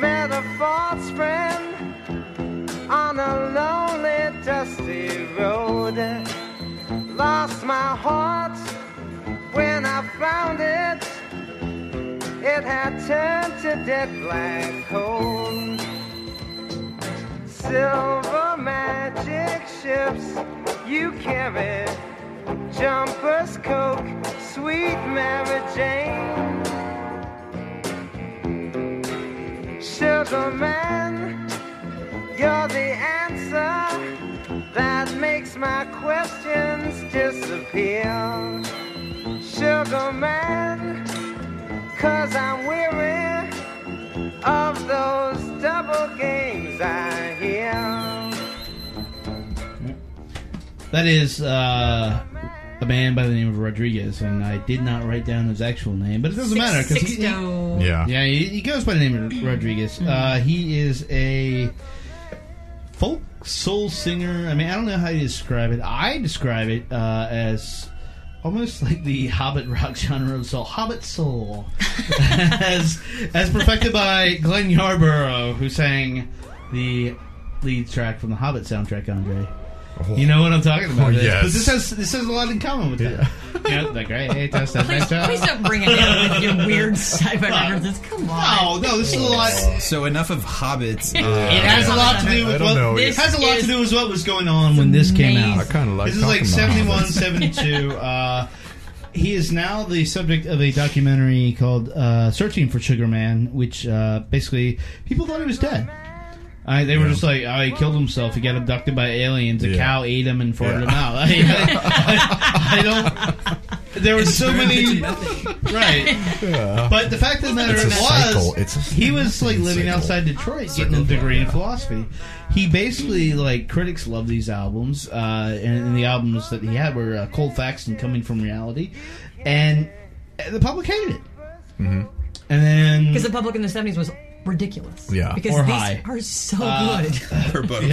S11: met a false friend on a lonely, dusty road. Lost my heart when I found it. It had turned to dead black coal. Silver magic ships you carry, jumpers, coke, sweet Mary Jane. Sugar man, you're the answer that makes my questions disappear. Sugar man, cause I'm weary of those double games I hear.
S2: That is uh, a man by the name of Rodriguez, and I did not write down his actual name, but it doesn't matter because he, he
S6: Sixto.
S4: Yeah.
S2: Yeah, he, he goes by the name of Rodriguez. Uh, he is a folk soul singer. I mean, I don't know how you describe it. I describe it uh, as almost like the Hobbit rock genre of soul, Hobbit soul, as as perfected by Glenn Yarborough, who sang the lead track from the Hobbit soundtrack. Andre, You know what I'm talking about?
S4: Oh,
S2: This-
S4: yes.
S2: But this has this has a lot in common with that. Yeah. like right, hey, test that. Nice job.
S6: Please don't bring it down with your weird sci-fi references. Come on.
S2: No, no, this is a lot.
S7: So enough of hobbits.
S2: Uh,
S7: uh,
S2: It has a lot to do
S4: Uh, I
S2: with
S4: don't
S2: what
S4: know.
S2: it has a lot
S6: This
S2: to do with what was going on when this came
S4: I
S2: out.
S4: kind of like.
S2: This is like
S4: talking about
S2: 71,
S4: it.
S2: 72. Uh, he is now the subject of a documentary called uh, "Searching for Sugar Man," which uh, basically people thought he was dead. I, they were just like, oh, he killed himself. He got abducted by aliens. A
S4: Yeah.
S2: cow ate him and farted
S4: Yeah.
S2: him out. I, I- I don't. There were so many. Right. But the fact of the matter
S4: It's a
S2: was,
S4: cycle. It's a-
S2: he was like
S4: it's a
S2: living
S4: cycle.
S2: outside Detroit, getting a
S4: Cycle.
S2: degree in philosophy. He basically like critics love these albums, uh, and, and the albums that he had were uh, Cold Facts and Coming from Reality, and the public hated it.
S4: Mm-hmm.
S2: And then
S6: Because the public in the 70s was ridiculous.
S4: Yeah.
S6: Because
S2: Or
S6: these
S2: high.
S6: are so
S2: Uh,
S6: good.
S3: Or both.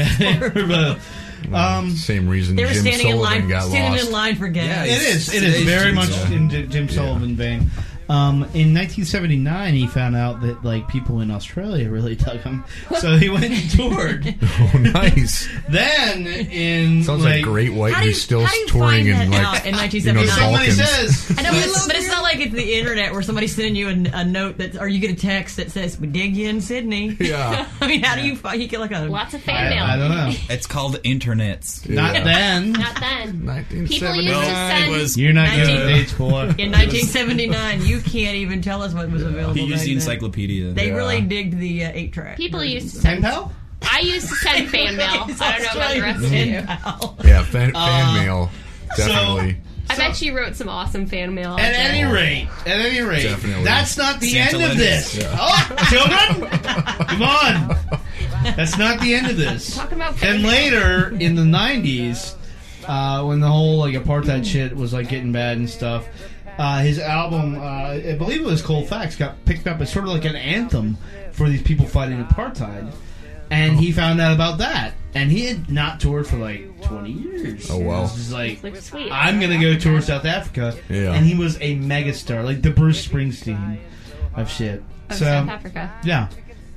S2: Yeah. um,
S4: Same reason
S6: They
S4: Jim
S6: were standing in
S4: Sullivan
S6: line,
S4: got
S6: standing
S4: lost.
S6: in line for gas.
S7: Yeah,
S2: It is. It is
S7: Today's
S2: very
S7: Jim
S2: much
S7: Sullivan.
S2: in J- Jim Sullivan vein. Um, in 1979, he found out that like people in Australia really dug him, so he went and toured.
S4: Oh, nice.
S2: then in
S4: Sounds like,
S2: like
S4: Great White
S6: How do you-
S4: who's still
S6: how do you
S4: touring
S6: find that
S4: in like
S6: out in
S4: you know,
S6: 1979?
S4: the
S2: somebody
S4: Balkans.
S2: says
S6: I know, but it's, but it's not like it's the internet where somebody's sending you an, a note that, or you get a text that says, "We dig you in Sydney."
S4: Yeah.
S6: I mean, how do you find? You get like a
S5: Lots of fan mail.
S2: I, I don't know.
S7: It's called internets.
S2: Not
S4: Yeah.
S2: then.
S5: Not then.
S4: 1970.
S5: People used to
S7: it
S5: send.
S7: was.
S2: You're not
S6: Nineteen-
S2: good at age four.
S6: in 1979. You can't even tell us what was available.
S7: He used
S6: back
S7: the
S6: then.
S7: encyclopedia.
S6: They
S4: Yeah.
S6: really digged the uh, eight track.
S5: People used to
S2: Pen
S5: send.
S2: pal?
S5: I used to send fan mail. I don't know about the rest of you.
S4: Yeah, fan,
S2: Uh,
S4: fan mail. Definitely.
S5: I bet you wrote some awesome fan mail. out
S2: At
S5: there.
S2: any rate, at any rate,
S4: Definitely.
S2: that's not the
S7: Santa
S2: end of
S7: letters.
S2: this. Oh, children, come on! That's not the end of this.
S5: Talking about fan
S2: And
S5: mail.
S2: later in the '90s, uh, when the whole like apartheid shit was like getting bad and stuff, uh, his album, uh, I believe it was Cold Facts, got picked up as sort of like an anthem for these people fighting apartheid. And he found out about that, and he had not toured for like 20 years.
S4: Oh, wow.
S2: It was just like
S5: Like, sweet.
S2: I'm gonna go tour South Africa.
S4: Yeah.
S2: And he was a megastar, like the Bruce Springsteen of shit.
S6: Oh,
S5: Of
S2: so
S5: South Africa.
S2: yeah.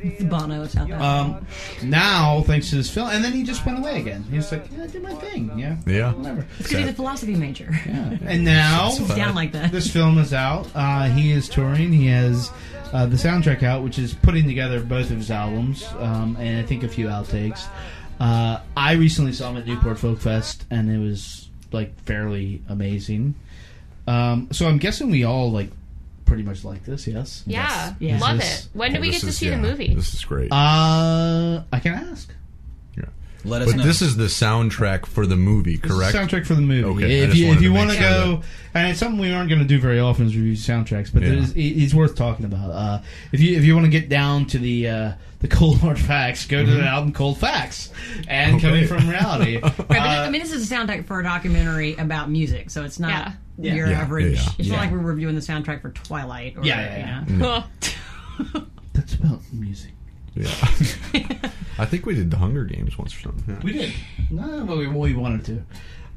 S6: It's Bono, South Africa.
S2: Um, now thanks to this film, and then he just went away again. He was like, yeah, I did my thing, yeah,
S4: Yeah.
S2: whatever.
S6: Because he's a philosophy major.
S2: Yeah. And now
S6: He's down like that.
S2: this film is out. Uh, he is touring. He has uh, the soundtrack out, which is putting together both of his albums um, and I think a few outtakes. Uh, I recently saw him at Newport Folk Fest, and it was like fairly amazing. Um, so I'm guessing we all like pretty much like this. Yes.
S5: Yeah.
S6: Yes.
S5: Love
S2: This
S5: it.
S2: is-
S5: When do we
S4: This
S5: get to
S4: is-
S5: see
S4: yeah,
S5: the movie?
S4: This is great.
S2: Uh, I can ask.
S4: yeah.
S7: Let us
S4: But
S7: know.
S4: this is the soundtrack for the movie,
S2: This is
S4: correct?
S2: Soundtrack for the movie.
S4: Okay, I
S2: If
S4: just
S2: you,
S4: wanted
S2: if you
S4: to
S2: want to
S4: make sure
S2: go, and it's something we aren't going to do very often is review soundtracks, but
S4: Yeah.
S2: there's, it, it's worth talking about. Uh, if you if you want to get down to the uh, the cold hard facts, go to the album Cold Facts and
S4: Mm-hmm.
S2: Coming
S4: Okay.
S2: from Reality. Uh,
S6: Right, but I mean, this is a soundtrack for a documentary about music, so it's not
S5: Yeah.
S6: your
S4: Yeah, yeah,
S6: average.
S4: yeah.
S6: It's
S2: Yeah.
S6: not like we're reviewing the soundtrack for Twilight. Or,
S2: Yeah, yeah, yeah.
S6: You know.
S2: That's
S7: Oh,
S2: about music.
S4: Yeah. I think we did the Hunger Games once or something. Yeah.
S2: We did. No, but we, we wanted to.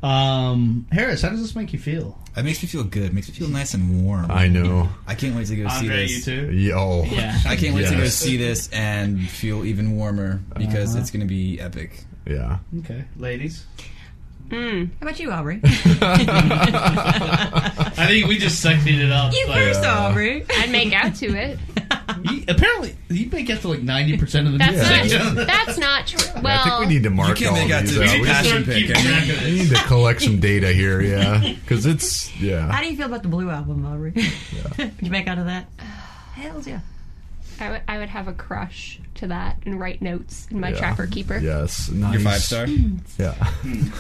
S2: Um, Harris, how does this make you feel?
S7: It makes me feel good. It makes me feel nice and warm.
S4: I know.
S7: I can't wait to go see this.
S2: too.
S4: Yo.
S2: Yeah.
S7: I can't wait to go
S4: oh. Yes. Uh-huh.
S7: see this and feel even warmer because it's going to be epic.
S4: Yeah.
S2: Okay, ladies.
S6: How about you, Aubrey?
S2: I think we just succeeded it up.
S6: you first, Aubrey.
S5: I'd make out to it.
S2: You- apparently, you make get to like ninety percent of the
S5: That's
S2: music.
S5: not. That's not true.
S4: I
S5: Well,
S4: think
S2: Oh.
S4: we need to mark
S7: can't
S4: all
S7: make out
S4: these
S7: to
S4: out.
S7: the
S4: We,
S7: past.
S4: just,
S7: Passion pick.
S4: we need to collect some data here, yeah. Because it's,
S6: How
S4: yeah.
S6: do you feel about the Blue album, Aubrey? you back out of that? Hells yeah.
S5: I would, I would have a crush to that and write notes in my
S4: Yeah.
S5: trapper keeper.
S4: Yes. Nice.
S7: Your five star.
S4: Yeah.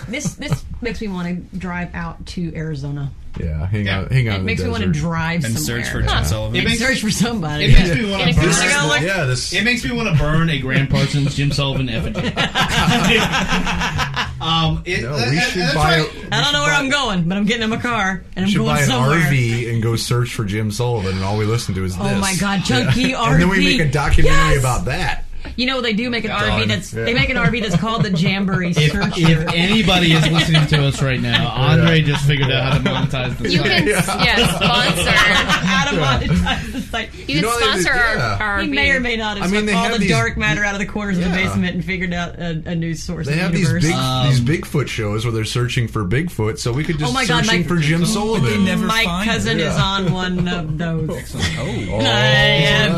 S6: This this makes me want to drive out to Arizona.
S4: Yeah. Hang out.
S2: Yeah.
S4: Hang out.
S6: It
S4: in
S6: makes
S4: the
S6: me want to
S4: desert.
S6: drive
S7: And
S6: somewhere.
S7: search for Jim Sullivan.
S2: It makes-
S6: search for somebody.
S2: It makes me want to
S5: Yeah.
S2: burn.
S5: Yeah.
S4: Yeah. This.
S2: It makes me want to burn a Grand Parsons Jim Sullivan effigy. um, it,
S4: no,
S2: that-
S4: we
S2: that-
S4: should
S2: that's
S4: buy.
S2: right.
S6: I don't know where I'm going, but I'm getting in my car and I'm
S4: should
S6: going
S4: buy an
S6: somewhere.
S4: RV and go search for Jim Sullivan, and all we listen to is this.
S6: Oh my god, chunky RV.
S4: And then we make a documentary
S6: Yes!
S4: about that.
S6: You know they do make an
S4: Done.
S6: RV that's
S4: Yeah.
S6: they make an RV that's called the Jamboree
S2: If,
S6: Searcher.
S2: if anybody is listening to us right now, Andre just figured out how to monetize this.
S5: You can yeah. sponsor.
S6: Adam monetized the site.
S5: You, can
S4: know, they-
S5: sponsor our,
S4: yeah.
S5: our
S6: He
S5: RV.
S6: may or may not have
S4: I
S6: swept
S4: mean, they
S6: all
S4: have
S6: the
S4: these-
S6: dark matter out of the corners of the
S4: Yeah.
S6: basement and figured out a, a new source.
S4: They
S6: of
S4: have
S6: the
S4: these
S6: universe.
S4: big
S2: Um,
S4: these Bigfoot shows where they're searching for Bigfoot, so we could just
S6: Oh my God,
S4: searching
S6: my-
S4: for Jim Sullivan.
S7: they never
S6: My
S7: find
S6: cousin
S4: it.
S6: is
S4: Yeah.
S6: on one of those.
S7: Oh,
S6: I am.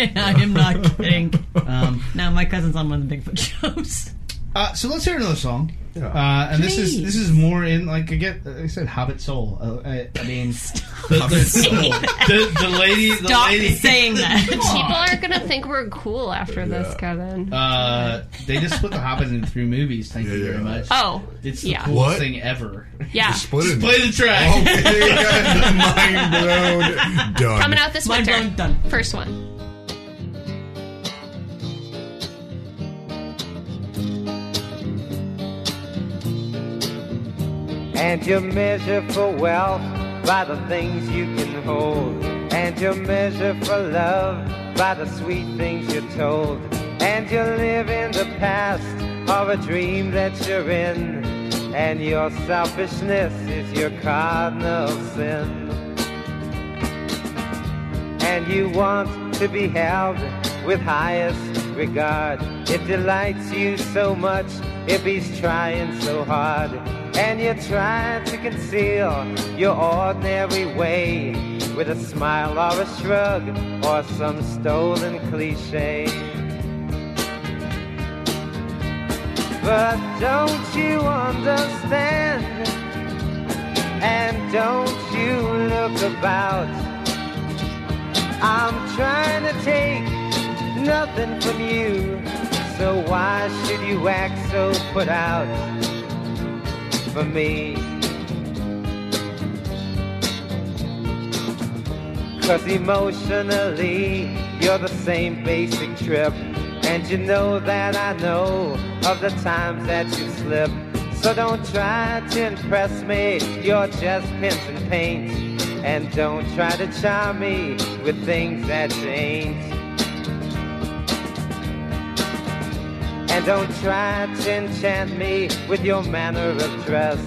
S6: I am not kidding.
S2: Um,
S6: No, my cousin's on one of the Bigfoot shows.
S2: Uh, so let's hear another song.
S4: Yeah.
S2: Uh, and this is
S6: Please.
S2: this is more in like I get like I said Hobbit Soul. Uh, I, I mean, the, the, the, the lady, the
S6: Stop
S2: lady.
S6: saying that.
S5: People are gonna think we're cool after this, Kevin.
S2: Uh, they just split the Hobbit into three movies. Thank you
S4: Yeah, yeah.
S2: very much.
S5: oh,
S2: It's the
S5: yeah,
S2: coolest
S4: What?
S2: thing ever.
S5: yeah.
S4: Split it. Oh,
S2: Play the track.
S4: Okay, guys, mind blown. Done.
S5: Coming out this
S6: Mind
S5: winter.
S6: blown, done.
S5: First one.
S8: And you measure for wealth by the things you can hold. And you measure for love by the sweet things you're told. And you live in the past of a dream that you're in. And your selfishness is your cardinal sin. And you want to be held with highest regard. It delights you so much if he's trying so hard. And you're trying to conceal your ordinary way with a smile or a shrug or some stolen cliche. But don't you understand? And don't you look about? I'm trying to take nothing from you. So why should you act so put out for me? Cause emotionally, you're the same basic trip. And you know that I know of the times that you slip. So don't try to impress me, you're just pins and paint. And don't try to charm me with things that you ain't. And don't try to enchant me with your manner of dress.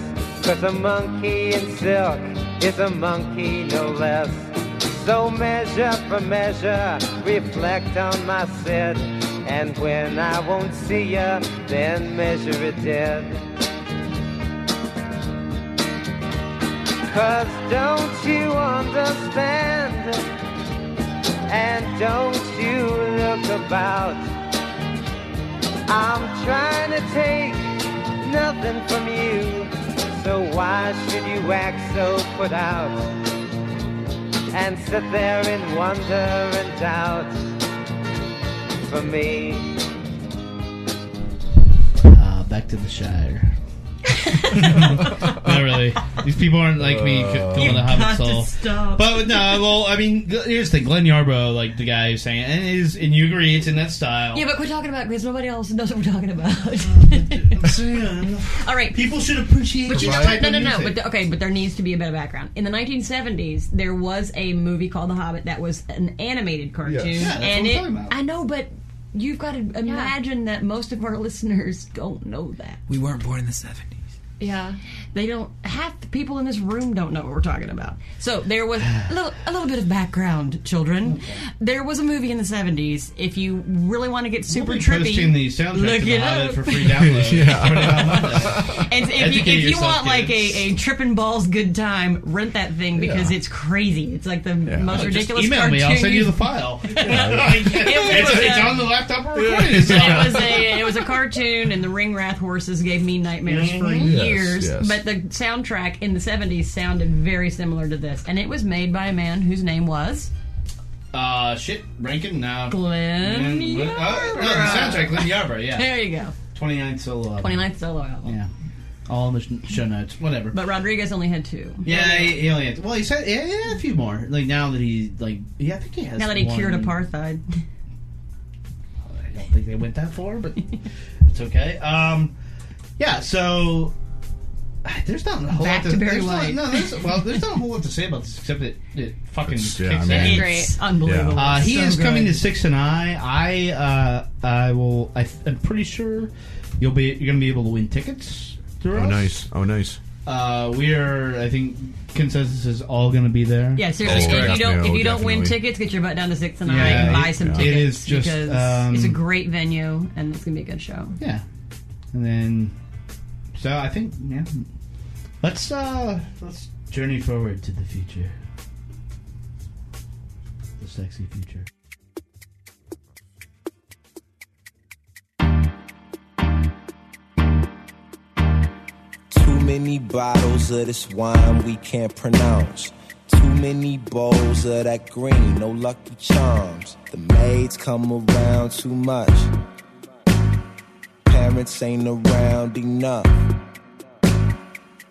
S8: Cause a monkey in silk is a monkey no less. So measure for measure, reflect on my sin. And when I won't see ya, then measure it dead. Cause don't you understand? And don't you look about? I'm trying to take nothing from you. So why should you act so put out? And sit there in wonder and doubt for me.
S2: Uh, back to the Shire. Not really. These people aren't like me c- going to Hobbit
S6: Got to
S2: Soul.
S6: stop.
S2: But no, well, I mean, th- here's the thing. Glenn Yarbo, like the guy who's saying, it, and it is, and you agree, it's in that style.
S6: yeah, but we're talking about because nobody else knows what we're talking about. All right,
S2: people should appreciate.
S6: But you
S2: this
S6: know
S2: type
S6: what? No,
S2: of
S6: no, no.
S2: music.
S6: But the- okay, but there needs to be a bit of background. In the 1970s, there was a movie called The Hobbit that was an animated cartoon,
S4: Yes. Yeah,
S2: that's
S6: and
S2: what
S6: it.
S2: I'm talking about.
S6: I know, but you've got to imagine that most of our listeners don't know that.
S7: we weren't born in the '70s.
S5: Yeah.
S6: They don't. Half the people in this room don't know what we're talking about. So there was a little, a little bit of background, children. There was a movie in the 70s. If you really want to get super
S2: We'll be
S6: trippy,
S2: posting the soundtrack
S6: look
S2: to the
S6: it
S2: Hobbit
S6: up.
S2: for free download.
S6: And if you,
S2: Educate
S6: if you
S2: yourself,
S6: want like
S2: kids.
S6: a, a tripping balls good time, rent that thing because
S4: Yeah.
S6: it's crazy. It's like the most
S2: Just
S6: ridiculous
S2: email
S6: cartoon.
S2: me. I'll send you the
S6: you've-
S2: file. Like, it's,
S6: was,
S2: it's
S6: uh,
S2: on the laptop we're recording. So.
S6: it was a it was a cartoon, and the Ringwraith horses gave me nightmares for
S2: Mm-hmm.
S4: Yes,
S6: years.
S4: yes.
S6: But the soundtrack in the '70s sounded very similar to this, and it was made by a man whose name was
S2: Uh, shit, Rankin. Now,
S6: Glenn.
S2: Glenn- oh, no, the
S6: Yarra.
S2: soundtrack, Glenn Yarber. Oh, Yeah,
S6: There you go,
S2: 29 solo. album.
S6: 29th solo album.
S2: Yeah, all in the sh- show notes. Whatever.
S6: But Rodriguez only had two.
S2: yeah, he, he only had, well, he said yeah, he had a few more. Like now that he like, yeah, I think he has.
S6: Now that he
S2: one.
S6: cured apartheid,
S2: I don't think they went that far, but it's okay. Um, yeah, so There's not a whole
S6: Back
S2: lot
S6: to Barry
S2: there's not-
S6: White.
S2: no, there's, well, there's not a whole lot to say about this except that it fucking
S4: It's-
S2: kicks
S4: yeah, I mean-
S2: ass.
S5: It's
S6: It's
S5: great.
S6: unbelievable.
S2: Uh, he
S6: So
S2: is coming
S6: good.
S2: to six and I. I uh, I will. I th- I'm pretty sure you'll be you're gonna be able to win tickets. Through
S4: Oh,
S2: us.
S4: nice. Oh, nice.
S2: Uh, we are. I think consensus is all gonna be there.
S6: Yeah, seriously.
S4: Oh,
S6: if you don't, if
S4: definitely,
S6: you don't win
S4: definitely.
S6: tickets, get your butt down to six and
S2: Yeah,
S6: nine and buy
S2: it-
S6: some
S4: yeah.
S6: tickets.
S2: it is just,
S6: because
S2: um,
S6: it's a great venue and it's gonna be a good show.
S2: Yeah. And then, so I think yeah. Let's uh let's journey forward to the future. The sexy future.
S9: Too many bottles of this wine we can't pronounce. Too many bowls of that green, no lucky charms. The maids come around too much. Parents ain't around enough.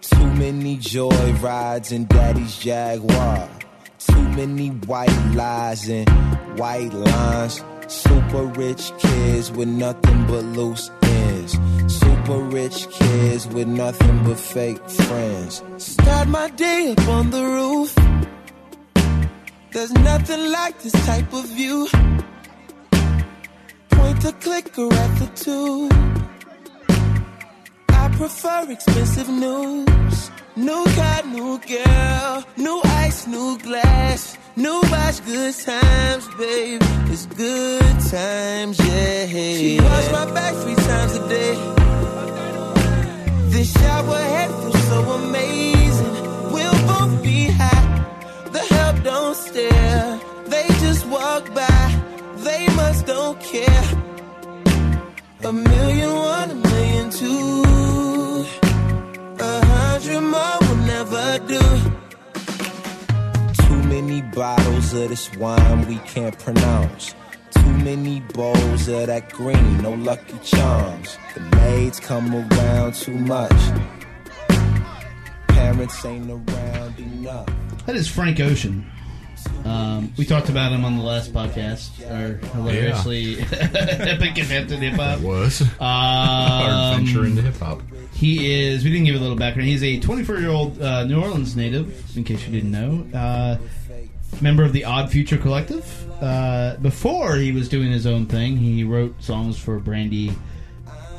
S9: Too many joy rides in daddy's Jaguar. Too many white lies and white lines. Super rich kids with nothing but loose ends. Super rich kids with nothing but fake friends. Start my day up on the roof. There's nothing like this type of view. Point the clicker at the tube. I prefer expensive news. New car, new girl, new ice, new glass, new watch, good times, babe. It's good times, yeah. She wash my back three times a day. This shower head feels so amazing. We'll both be high. The help don't stare. They just walk by. They must don't care. A million one, a million two. A hundred more will never do. Too many bottles of this wine we can't pronounce. Too many bowls of that green, no lucky charms. The maids come around too much. Parents ain't around enough.
S2: That is Frank Ocean. Um, we talked about him on the last podcast, our hilariously epic attempt at hip hop. Um,
S4: Was our adventure into hip hop.
S2: He is. We didn't give a little background. He's a 24 year old uh, New Orleans native, in case you didn't know. Uh, member of the Odd Future Collective. Uh, before he was doing his own thing, he wrote songs for Brandy,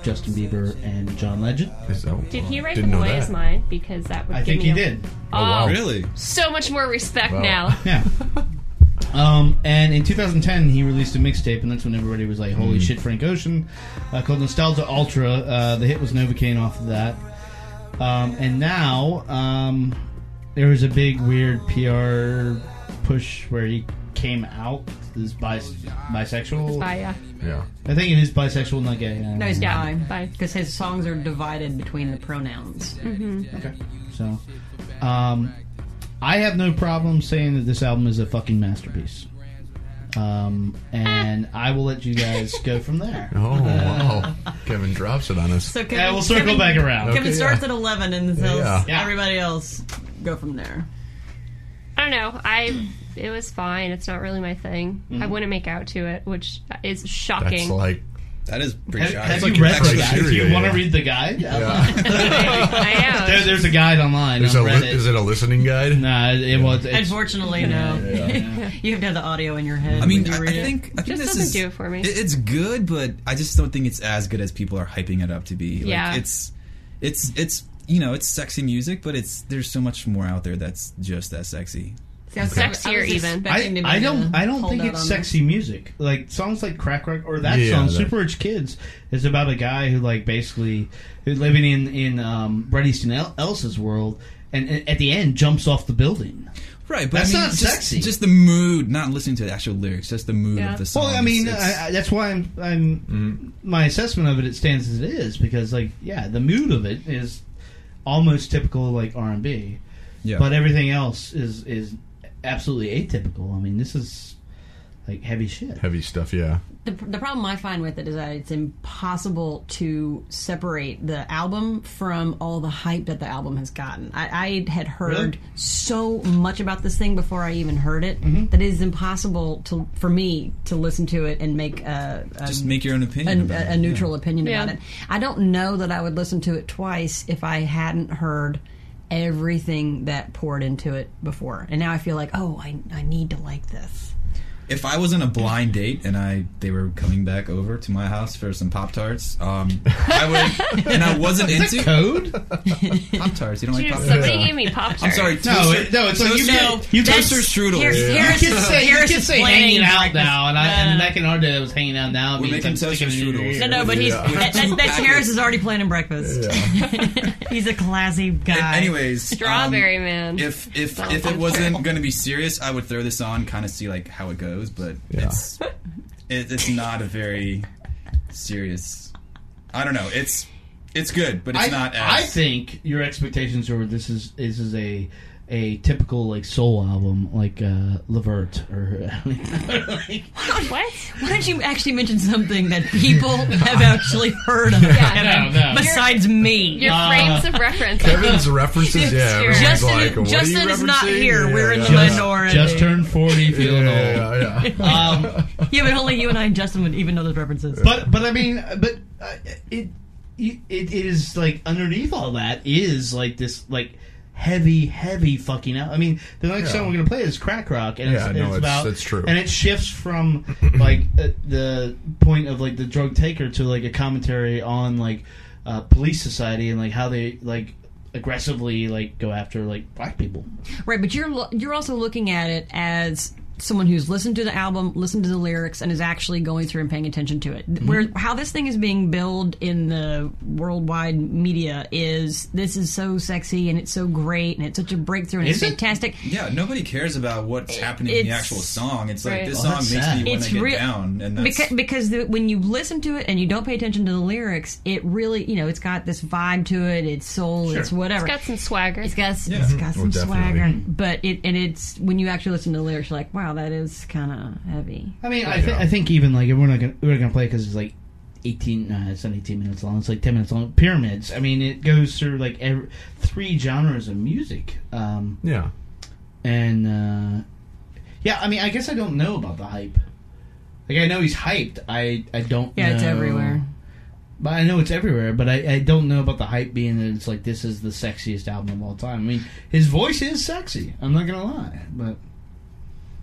S2: Justin Bieber, and John Legend.
S5: Did he write
S4: Didn't
S5: The
S4: know
S5: Boy
S4: that.
S5: Is Mine? Because that would
S2: I
S5: give
S2: think
S5: me
S2: he
S5: a-
S2: did.
S5: Oh,
S4: wow.
S3: Really?
S5: so much more respect
S4: Wow.
S5: now.
S2: Yeah. Um, and in 2010, he released a mixtape, and that's when everybody was like, "Holy shit, Frank Ocean!" Uh, called Nostalgia Ultra. Uh, the hit was Novocaine off of that. Um, and now um, there was a big weird PR push where he came out as bis- bisexual.
S5: Bye, yeah.
S4: Yeah.
S2: I think it is bisexual, not gay. Yeah.
S6: No, he's
S5: Yeah,
S6: yeah,
S5: bye.
S6: because his songs are divided between the pronouns.
S5: Mm-hmm.
S2: So, um, I have no problem saying that this album is a fucking masterpiece. Um, and I will let you guys go from there.
S4: Oh wow! Kevin drops it on us.
S6: So Kevin,
S2: Yeah, we'll circle
S6: Kevin,
S2: back around.
S6: Kevin
S4: Okay,
S6: starts
S4: yeah.
S6: at eleven and tells
S4: Yeah.
S2: Yeah.
S6: everybody else go from there.
S5: I don't know. I it was fine. It's not really my thing. I wouldn't make out to it, which is
S4: That's
S5: shocking.
S4: like
S3: That is pretty
S2: Have,
S3: shocking.
S2: have you read the
S4: actually
S2: guide? Do
S4: serious,
S2: you want to
S4: yeah.
S2: read the guide?
S4: yeah.
S5: I
S2: There,
S5: know.
S2: there's a guide online
S4: Is,
S2: on
S4: a li-
S2: Reddit.
S4: is it a listening guide?
S2: nah, it, it was. It's,
S6: Unfortunately, no. you have to have the audio in your head.
S3: I mean,
S6: when
S3: I,
S6: you
S3: I
S6: read it.
S3: think I think
S5: Just
S3: this
S5: doesn't
S3: is
S5: do it for me.
S3: it's good, but I just don't think it's as good as people are hyping it up to be. Like,
S5: Yeah.
S3: it's it's it's you know it's sexy music, but it's there's so much more out there that's just as sexy.
S6: See, I was-
S5: Okay.
S6: I was
S5: Sexier even.
S6: expecting
S2: I,
S6: to be
S2: I don't.
S6: the
S2: I don't think
S6: holdout
S2: it's
S6: on this.
S2: sexy music. Like songs like Crack Rock or that
S4: Yeah,
S2: song,
S4: that-
S2: Super Rich Kids, is about a guy who like basically who's living in in um, Bret Easton El- Ellis' world, and, and at the end jumps off the building.
S3: Right, but
S2: That's
S3: I mean,
S2: not
S3: just,
S2: sexy.
S3: Just the mood, not listening to the actual lyrics, just the mood
S5: Yeah.
S3: of the Mm. song.
S2: Well, I
S3: It's-
S2: mean, uh,
S3: it's-
S2: I, I, that's why I'm. I'm My assessment of it, it stands as it is because, like, yeah, the mood of it is almost typical like R and B,
S3: yeah.
S2: but everything else is is absolutely atypical. I mean, this is like heavy shit.
S4: Heavy stuff, yeah.
S6: the, the problem I find with it is that it's impossible to separate the album from all the hype that the album has gotten. I, I had heard
S2: Really?
S6: so much about this thing before I even heard it
S3: Mm-hmm.
S6: that it is impossible to for me to listen to it and make a, a
S3: Just make your own opinion
S6: an,
S3: about
S6: a,
S3: it.
S6: a neutral opinion
S5: Yeah.
S6: about it. I don't know that I would listen to it twice if I hadn't heard everything that poured into it before. And now I feel like, oh, I, I need to like this.
S3: if I was on a blind date and I they were coming back over to my house for some pop tarts, um, I would and I wasn't into
S2: Code?
S3: pop tarts. You don't like
S5: Dude,
S3: pop
S5: somebody
S3: tarts?
S5: gave me pop
S3: I'm sorry.
S2: No,
S3: toaster-
S2: it, no, it's like you
S3: toaster-
S2: can't. You can't.
S3: toaster strudels.
S6: Here's, here's,
S2: You can't say, you
S6: here's
S2: can't
S6: his
S2: say
S6: planning
S2: hanging out
S6: breakfast.
S2: now, and, I,
S6: No, no,
S2: and
S6: no.
S2: back in our day, it was hanging out now.
S3: We're
S2: means
S3: making
S2: I'm
S3: toaster
S2: sticking it in your
S3: strudels.
S2: ear.
S6: No, no, but he's
S4: Yeah.
S6: that, that, that's Harris is already planning breakfast. he's a classy guy.
S3: Anyways, um,
S5: Strawberry man.
S3: If if if it wasn't going to be serious, I would throw this on, kind of see like how it goes. But it's it, it's not a very serious. I don't know. It's it's good, but it's
S2: I,
S3: not.
S2: I
S3: As,
S2: think your expectations were this is this is a a typical like soul album like uh Levert or like,
S5: What?
S6: Why don't you actually mention something that people have actually heard of?
S5: Yeah.
S2: no no
S6: Besides me. Uh,
S5: Your frames of reference.
S4: Kevin's references, yeah.
S5: Sure.
S4: everyone's
S6: Justin-
S4: like, what are
S6: Justin
S4: you
S6: is not
S4: referencing?
S6: here. We're in
S4: yeah,
S6: the
S4: yeah.
S6: minority.
S2: just turned 40 feeling old
S4: Yeah, yeah, yeah.
S2: um
S6: Yeah, but only you and I and Justin would even know those references.
S2: but but I mean but uh, it it it is like underneath all that is like this like heavy heavy fucking out. I mean the next
S4: Yeah.
S2: song we're gonna play is crack rock and
S4: Yeah,
S2: it's,
S4: no,
S2: it's
S4: it's-
S2: about
S4: that's true.
S2: and it shifts from like uh, the point of like the drug taker to like a commentary on like uh, police society and like how they like aggressively like go after like black people.
S6: Right, but you're lo- you're also looking at it as someone who's listened to the album, listened to the lyrics, and is actually going through and paying attention to it.
S2: Mm-hmm.
S6: Where how this thing is being billed in the worldwide media is this is so sexy and it's so great and it's such a breakthrough and it's
S2: Is it?
S6: fantastic.
S3: yeah, nobody cares about what's happening in the
S6: it's-
S3: actual song. It's like
S5: Right.
S3: this
S2: Well,
S3: song
S2: that's
S3: makes
S2: sad.
S3: me want
S6: It's
S3: to get
S6: real-
S3: down, and that's
S6: Because, because the, when you listen to it and you don't pay attention to the lyrics, it really, you know, it's got this vibe to it. It's soul. It's whatever.
S5: It's got some swagger.
S6: It's got, s- it's
S2: Oh,
S6: got some
S4: definitely.
S6: swagger, but it and it's when you actually listen to the lyrics, you're like, wow, that is kind of heavy.
S2: I mean, I, th- I think even like if we're not gonna we're not gonna play because it's like eighteen. No, it's not eighteen minutes long. It's like ten minutes long. Pyramids. I mean, it goes through like ev three genres of music. Um,
S4: Yeah.
S2: and uh, yeah, I mean, I guess I don't know about the hype. Like I know he's hyped. I I don't.
S6: Yeah, it's
S2: know-
S6: everywhere.
S2: But I know it's everywhere. But I, I don't know about the hype being that it's like this is the sexiest album of all time. I mean, his voice is sexy. I'm not gonna lie, but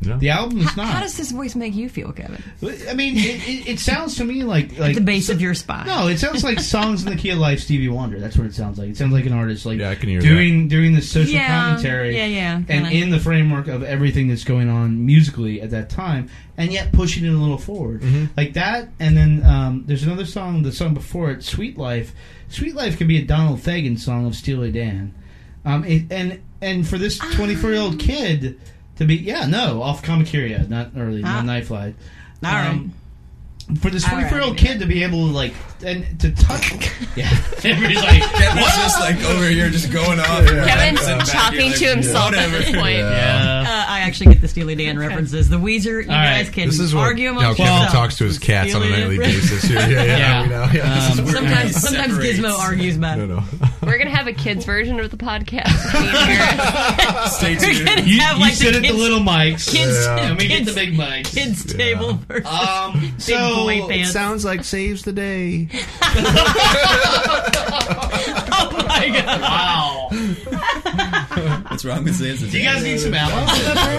S4: Yeah.
S2: the album is not.
S6: How does this voice make you feel, Kevin?
S2: I mean, it, it, it sounds to me like like
S6: The base of your spine.
S2: No, it sounds like songs in the key of life, Stevie Wonder. That's what it sounds like. It sounds like an artist like
S4: Yeah, I can hear
S2: doing doing the social
S6: Yeah,
S2: commentary,
S6: yeah, yeah,
S2: and
S6: kinda.
S2: in the framework of everything that's going on musically at that time, and yet pushing it a little forward
S3: Mm-hmm.
S2: like that. And then um, there's another song, the song before it, "Sweet Life." "Sweet Life" could be a Donald Fagen song of Steely Dan, um, it, and and for this
S6: Ah.
S2: 24 year old kid to be yeah no off Comicaria, not early,
S6: Ah.
S2: not Nightfly.
S6: All right.
S2: For this
S6: All right.
S2: 24 year old kid to be able to like and to touch, yeah, everybody's like,
S3: Kevin's just like over here, just going off.
S5: Kevin's
S3: Back here,
S5: talking
S3: like,
S5: to himself at this point.
S2: yeah.
S6: Uh, I actually get the Steely Dan references. The Weezer, you
S2: right.
S6: guys can
S4: This is what
S6: argue
S4: how
S6: amongst
S4: Kevin
S6: yourselves.
S4: talks to his cats on a
S6: Steely
S4: nightly
S6: Dan.
S4: basis. Here. Yeah, yeah,
S2: Yeah.
S4: we know. Yeah, this is
S2: Um,
S4: where-
S6: Sometimes,
S3: Everybody
S6: sometimes
S3: separates.
S6: Gizmo argues about
S4: no,
S6: it.
S4: no.
S5: We're gonna have a kids version of the podcast. Me and Garrett.
S3: Stay
S6: We're
S3: tuned.
S6: gonna
S2: You,
S6: have
S2: you
S6: like the
S2: sit at the
S6: kids,
S2: little mics.
S6: kids,
S4: Yeah.
S2: And we get the
S6: kids,
S2: big mics.
S6: kids table versus
S2: um,
S6: big
S2: so
S6: boy pants.
S4: sounds like saves the day.
S6: oh my god!
S2: wow, do
S3: What's wrong with this?
S2: you guys need some ammo?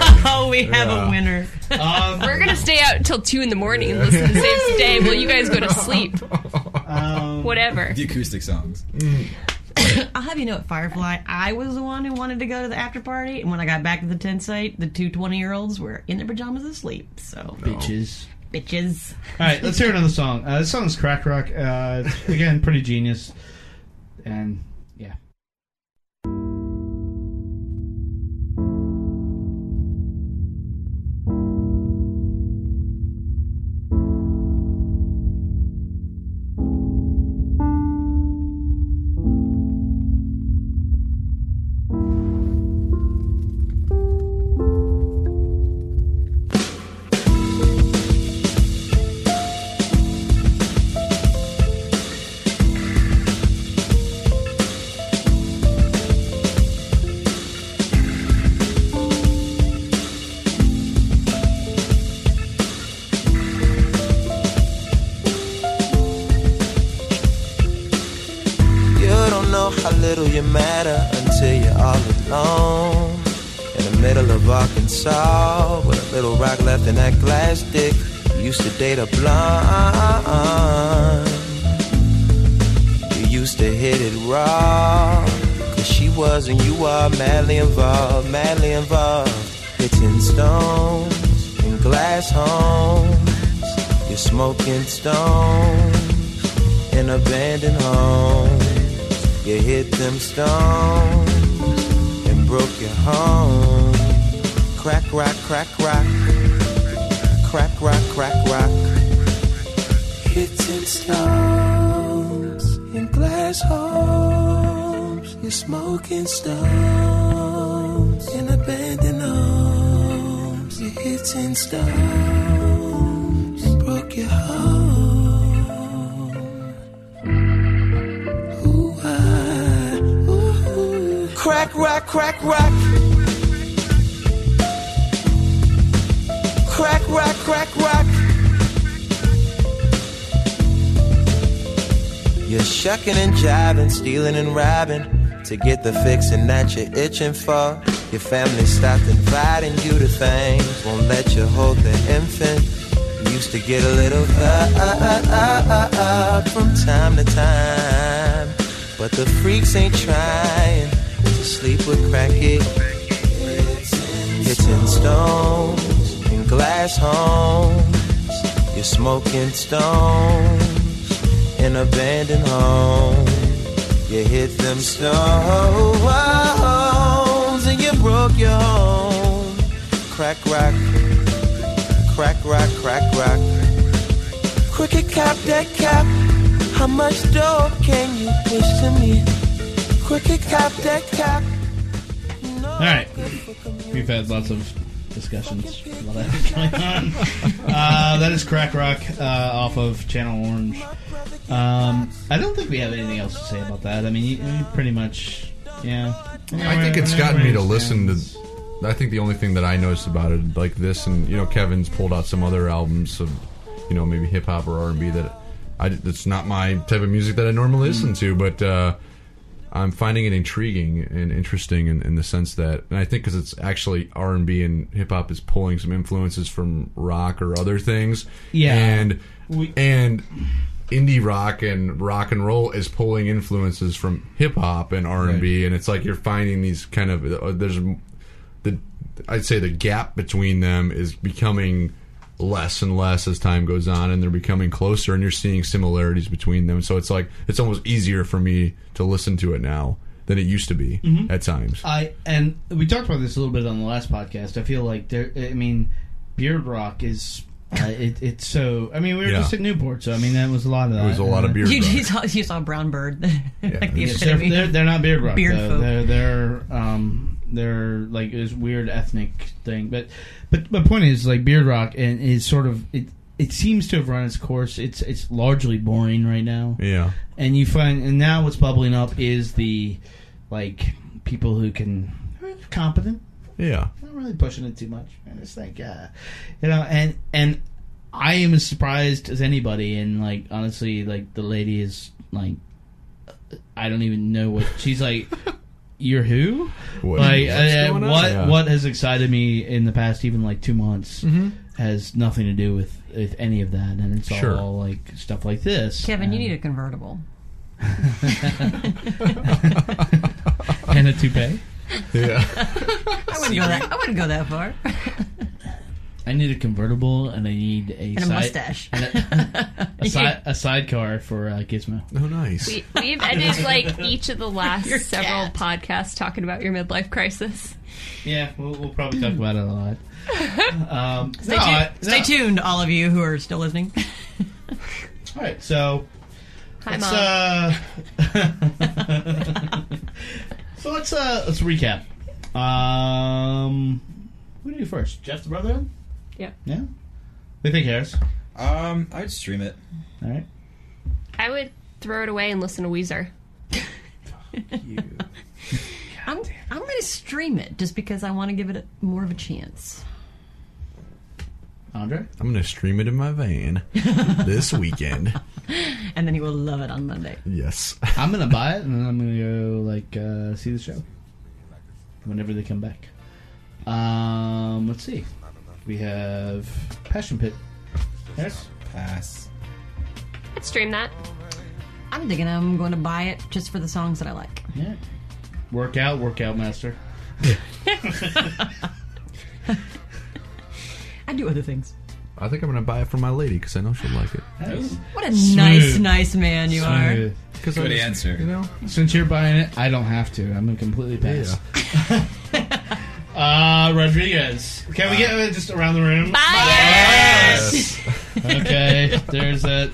S6: Oh, we have
S4: Yeah.
S6: a winner.
S2: um,
S5: We're gonna stay out till two in the morning and listen to Saves the Day while you guys go to sleep.
S2: um, Mm.
S5: Whatever.
S3: The acoustic songs.
S6: I'll have you know at Firefly, I was the one who wanted to go to the after party, and when I got back to the tent site, the two 20 year olds were in their pajamas asleep. So,
S2: bitches.
S6: bitches.
S2: All right, let's hear another song. Uh, this song's crack rock. Uh, again, pretty genius, and yeah.
S9: Arkansas with a little rock left in that glass dick. Used to date a blonde. You used to hit it raw. Cause she was and you are madly involved, madly involved. Hitting stones in glass homes. You're smoking stones in abandoned homes. You hit them stones and broke your home. Crack, rock, crack, rock. Crack, rock, crack, rock. Hitting stones in glass homes. You're smoking stones in abandoned homes. You're hitting stones and broke your home. Ooh, ah, ooh. Crack, rock, crack, rock. Crack, rock, crack, rock. You're shucking and jiving, stealing and robbing to get the fixin' that you're itching for. Your family stopped inviting you to things, won't let you hold the infant. You used to get a little uh, uh, uh, uh, uh, from time to time, but the freaks ain't trying to sleep with crackhead. It's in stones in glass homes. You're smoking stones in abandoned homes. You hit them stones and you broke your home. Crack rock, crack rock, crack rock. Cricket cap that cap. How much dope can you push to me? Cricket cap that cap. All
S2: right. We've had lots of discussions about that going on. Uh, that is Crack Rock uh, off of Channel Orange. Um, I don't think we have anything else to say about that. I mean, you, you pretty much, yeah.
S4: I think it's gotten me to listen to. I think the only thing that I noticed about it, like this, and you know, Kevin's pulled out some other albums of, you know, maybe hip hop or R and B that, I that's not my type of music that I normally
S6: Mm.
S4: listen to, but uh, I'm finding it intriguing and interesting in, in the sense that, and I think because it's actually R and B and hip hop is pulling some influences from rock or other things,
S2: Yeah.
S4: and
S2: We-
S4: and indie rock and rock and roll is pulling influences from hip hop and R and B, and it's like you're finding these kind of uh, there's the I'd say the gap between them is becoming less and less as time goes on, and they're becoming closer, and you're seeing similarities between them. So it's like it's almost easier for me to listen to it now than it used to be
S2: Mm-hmm.
S4: at times.
S2: I and we talked about this a little bit on the last podcast. I feel like there. I mean, Beard Rock is. Uh, it, it's so. I mean, we were
S4: Yeah.
S2: just at Newport, so I mean, that was a lot of that.
S4: There was a lot of beer.
S6: You, you,
S4: rock.
S6: saw, you saw Brown Bird. like the
S4: it's-
S2: They're,
S6: epitome.
S2: they're, they're not beard rock.
S6: Beard
S2: though.
S6: folk.
S2: They're they're um they're like this weird ethnic thing. But but my point is like beard rock and is sort of it. It seems to have run its course. It's it's largely boring right now.
S4: Yeah,
S2: And you find and now what's bubbling up is the like people who can competent
S4: yeah.
S2: not really pushing it too much. I just think, uh, you know, and and I am as surprised as anybody. And like honestly, like the lady is like, I don't even know what she's like. You're who?
S4: What-
S2: like
S4: what's
S2: uh,
S4: going on?
S2: what?
S4: Yeah.
S2: What has excited me in the past, even like two months,
S4: Mm-hmm.
S2: has nothing to do with with any of that, and it's
S4: Sure.
S2: all like stuff like this.
S6: Kevin, you
S2: and-
S6: need a convertible.
S2: and a toupee.
S4: Yeah,
S6: I wouldn't go that. I wouldn't go that far.
S2: I need a convertible, and I need a
S6: And a
S2: side-
S6: mustache.
S2: and a, a, side, a sidecar for uh, Gizmo.
S4: oh nice.
S5: We, we've ended like each of the last
S6: Your
S5: several
S6: cat.
S5: podcasts talking about your midlife crisis.
S2: Yeah, we'll, we'll probably talk about it a lot. Um,
S6: Stay, tuned, stay tuned, all of you who are still listening.
S2: All right, so
S5: Hi,
S2: let's
S5: mom.
S2: uh, so let's uh, let's recap. Um, who do you first? Jeff the Brotherhood.
S5: Yeah.
S2: Yeah. What do you think, Harris?
S3: Um, I'd stream it.
S2: All right.
S5: I would throw it away and listen to Weezer.
S6: I'm, I'm going to stream it just because I want to give it a, more of a chance.
S2: Andre.
S4: I'm gonna stream it in my van this weekend.
S6: And then you will love it on Monday.
S4: Yes.
S2: I'm gonna buy it, and then I'm gonna go like uh, see the show whenever they come back. Um, let's see. We have Passion Pit. Yes.
S3: Pass.
S5: I'd stream that.
S6: I'm thinking I'm going to buy it just for the songs that I like.
S2: Yeah. Workout, workout master.
S6: I do other things.
S4: I think I'm going to buy it for my lady because I know she'll like it.
S2: Nice.
S6: What a nice,
S2: Smooth.
S6: nice man you are.
S2: Smooth.
S4: Because
S3: Good answer.
S4: You know,
S2: Since you're buying it, I don't have to. I'm gonna completely pass.
S4: Yeah.
S2: Uh, Rodriguez. Can we get uh, just around the room? okay, there's that.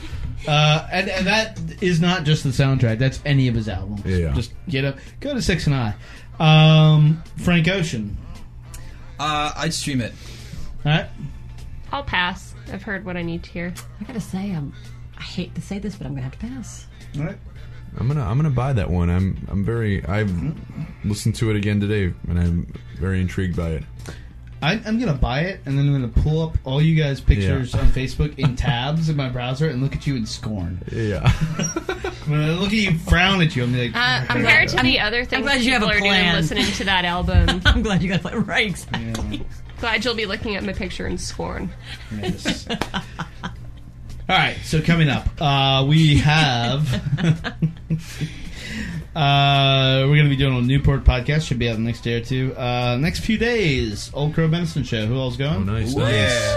S2: Uh, and, and that is not just the soundtrack. That's any of his albums.
S4: Yeah.
S2: Just get up. Go to Six and I. Um, Frank Ocean.
S3: Uh, I'd stream it.
S2: All right.
S5: I'll pass. I've heard what I need to hear.
S6: I gotta say, I'm, I hate to say this, but I'm gonna have to pass.
S2: All right.
S4: I'm gonna I'm gonna buy that one. I'm I'm very I've listened to it again today and I'm very intrigued by it.
S2: I, I'm gonna buy it, and then I'm gonna pull up all you guys' pictures
S4: Yeah.
S2: on Facebook in tabs in my browser, and look at you in scorn.
S4: Yeah,
S2: I'm gonna look at you, frown at you. I'm like,
S6: Uh, I'm
S5: Compared
S6: glad,
S5: to
S6: I'm,
S5: the other things
S6: glad you have a
S5: people are doing
S6: plan.
S5: listening to that album,
S6: I'm glad you got to play right. Exactly.
S5: glad you'll be looking at my picture in scorn.
S2: Yes. All right, so coming up, uh, we have. uh, we're going to be doing a Newport podcast. Should be out the next day or two. Uh, next few days, Old Crow Benson Show. Who all's going?
S4: oh, nice,
S3: Ooh.
S4: nice.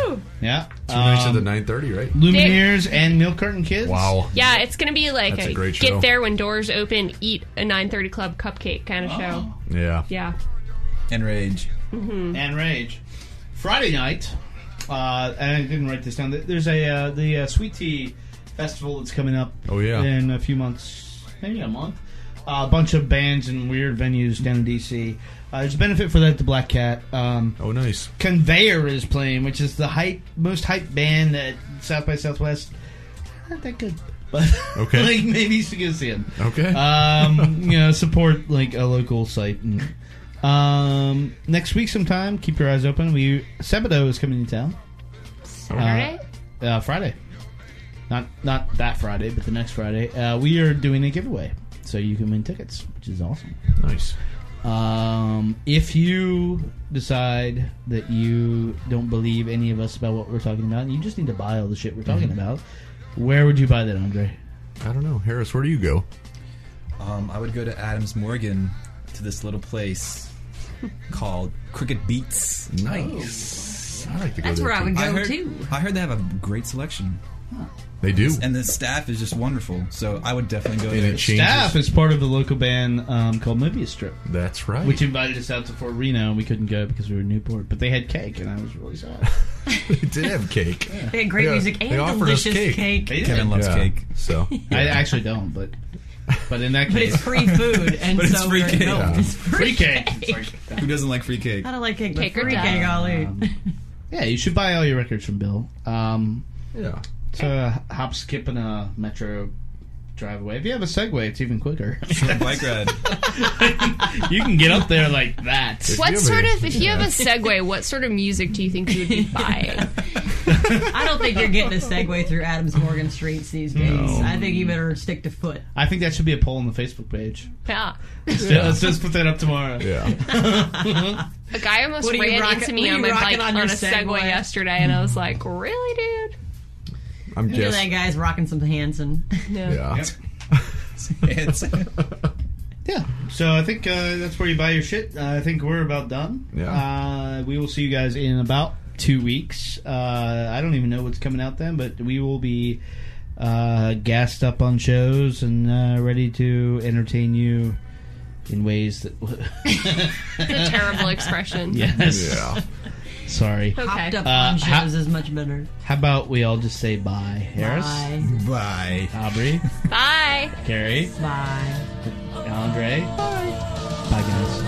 S3: Yeah.
S2: Yeah.
S4: Two nights at
S2: Um,
S4: the 9:30, right?
S2: Lumineers and Milk Curtain Kids.
S4: Wow.
S5: Yeah, it's gonna be like
S4: That's
S5: a,
S4: a great
S5: get
S4: show.
S5: there when doors open, eat a 9:30 club cupcake kind
S6: Oh.
S5: of show.
S4: Yeah.
S5: Yeah, Mm-hmm.
S3: And rage.
S2: And Rage. Friday night, uh, and I didn't write this down. There's a uh, the uh, Sweet Tea Festival that's coming up.
S4: Oh, yeah.
S2: in a few months, maybe a month. Uh, a bunch of bands and weird venues down in DC. Uh, there's a benefit for that. The Black Cat um,
S4: Oh, nice.
S2: Conveyor is playing, which is the hype most hype band at South by Southwest. Not that good, but
S4: Okay.
S2: like maybe you should go see them
S4: Okay.
S2: um, you know, support like a local site. And, um, next week sometime, keep your eyes open. We Sebado is coming to town
S5: Saturday.
S2: uh, Friday. Not not that Friday, but the next Friday. Uh, we are doing a giveaway, so you can win tickets, which is awesome.
S4: nice.
S2: Um, if you decide that you don't believe any of us about what we're talking about, and you just need to buy all the shit we're talking about, where would you buy that, Andre?
S4: Mm-hmm. I don't know, Harris. Where do you go?
S3: Um, I would go to Adams Morgan to this little place called Cricket Beats.
S4: Nice. I like to go
S6: That's
S4: there,
S6: where I
S4: too.
S6: would go
S3: I heard,
S6: too.
S3: I heard they have a great selection,
S4: They do.
S3: and the staff is just wonderful. So I would definitely go
S4: And
S3: there.
S4: it changes.
S2: Staff is part of the local band um, called Mobius Strip.
S4: That's right.
S2: Which invited us out to Fort Reno, and we couldn't go because we were in Newport. But they had cake, and I was really sad.
S4: they did have cake.
S6: They had great
S4: Yeah,
S6: music
S4: they
S6: and
S4: offered us
S6: delicious
S4: cake.
S6: cake.
S3: Kevin loves
S4: Yeah.
S3: cake.
S4: So
S2: I actually don't, but but in that
S6: But
S2: case,
S6: it's free food, and
S3: But it's
S6: so
S3: free
S6: we're-
S3: cake.
S6: no,
S4: Yeah.
S6: it's free,
S2: free cake. Um.
S3: Who doesn't like free cake?
S6: I don't like cake,
S5: Cake
S6: but
S5: or
S6: free
S5: die.
S6: cake, I'll eat.
S2: yeah, you should buy all your records from Bill. Um,
S4: yeah.
S2: so uh, hop, skip, and a metro drive away. If you have a Segway, it's even quicker.
S3: Short bike ride.
S2: you can get up there like that.
S4: you
S5: What
S4: have
S5: sort
S4: any-
S5: of if you have a segue, what sort of music do you think you would be buying?
S6: I don't think you're getting a segue through Adams Morgan streets these days. I think you better stick to foot.
S2: I think that should be a poll on the Facebook page.
S5: yeah.
S2: Yeah, let's just put that up tomorrow.
S4: Yeah.
S5: A guy almost
S6: What are you
S5: ran
S6: rocking-
S5: into
S6: what
S5: me
S6: are
S5: on
S6: you
S5: my
S6: rocking
S5: bike on,
S6: on your
S5: a Segway
S6: Segway?
S5: yesterday, and I was like, "Really,
S4: I'm
S6: Look at
S4: just.
S6: that guy's rocking some Hanson.
S5: dude?" No.
S4: Yeah.
S3: It's-
S2: Yeah. So I think uh, that's where you buy your shit. Uh, I think we're about done.
S4: Yeah.
S2: Uh, we will see you guys in about two weeks. Uh, I don't even know what's coming out then, but we will be uh, gassed up on shows and uh, ready to entertain you in ways that.
S5: It's a terrible expression.
S2: yes.
S4: Yeah.
S2: Sorry.
S5: Okay.
S6: Hopped up
S2: Uh,
S6: on shows
S2: ha-
S6: is much better.
S2: How about we all just say bye, Harris,
S6: Bye.
S3: Bye.
S2: Aubrey,
S5: Bye.
S2: Carrie,
S6: Bye.
S2: Andre. Bye. Bye, guys.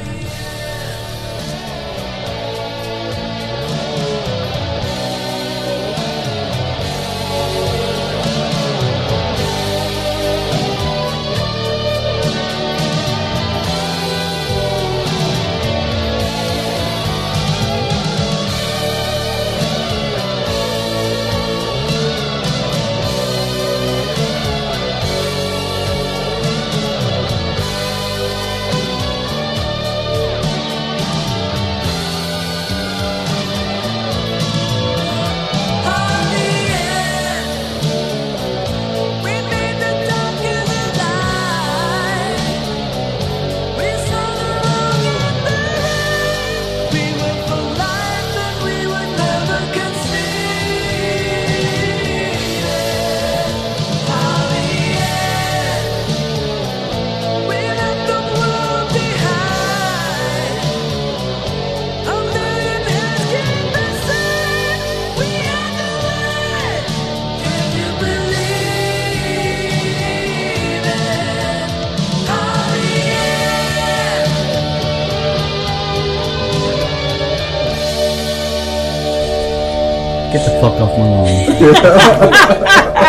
S2: Get the fuck off my lawn.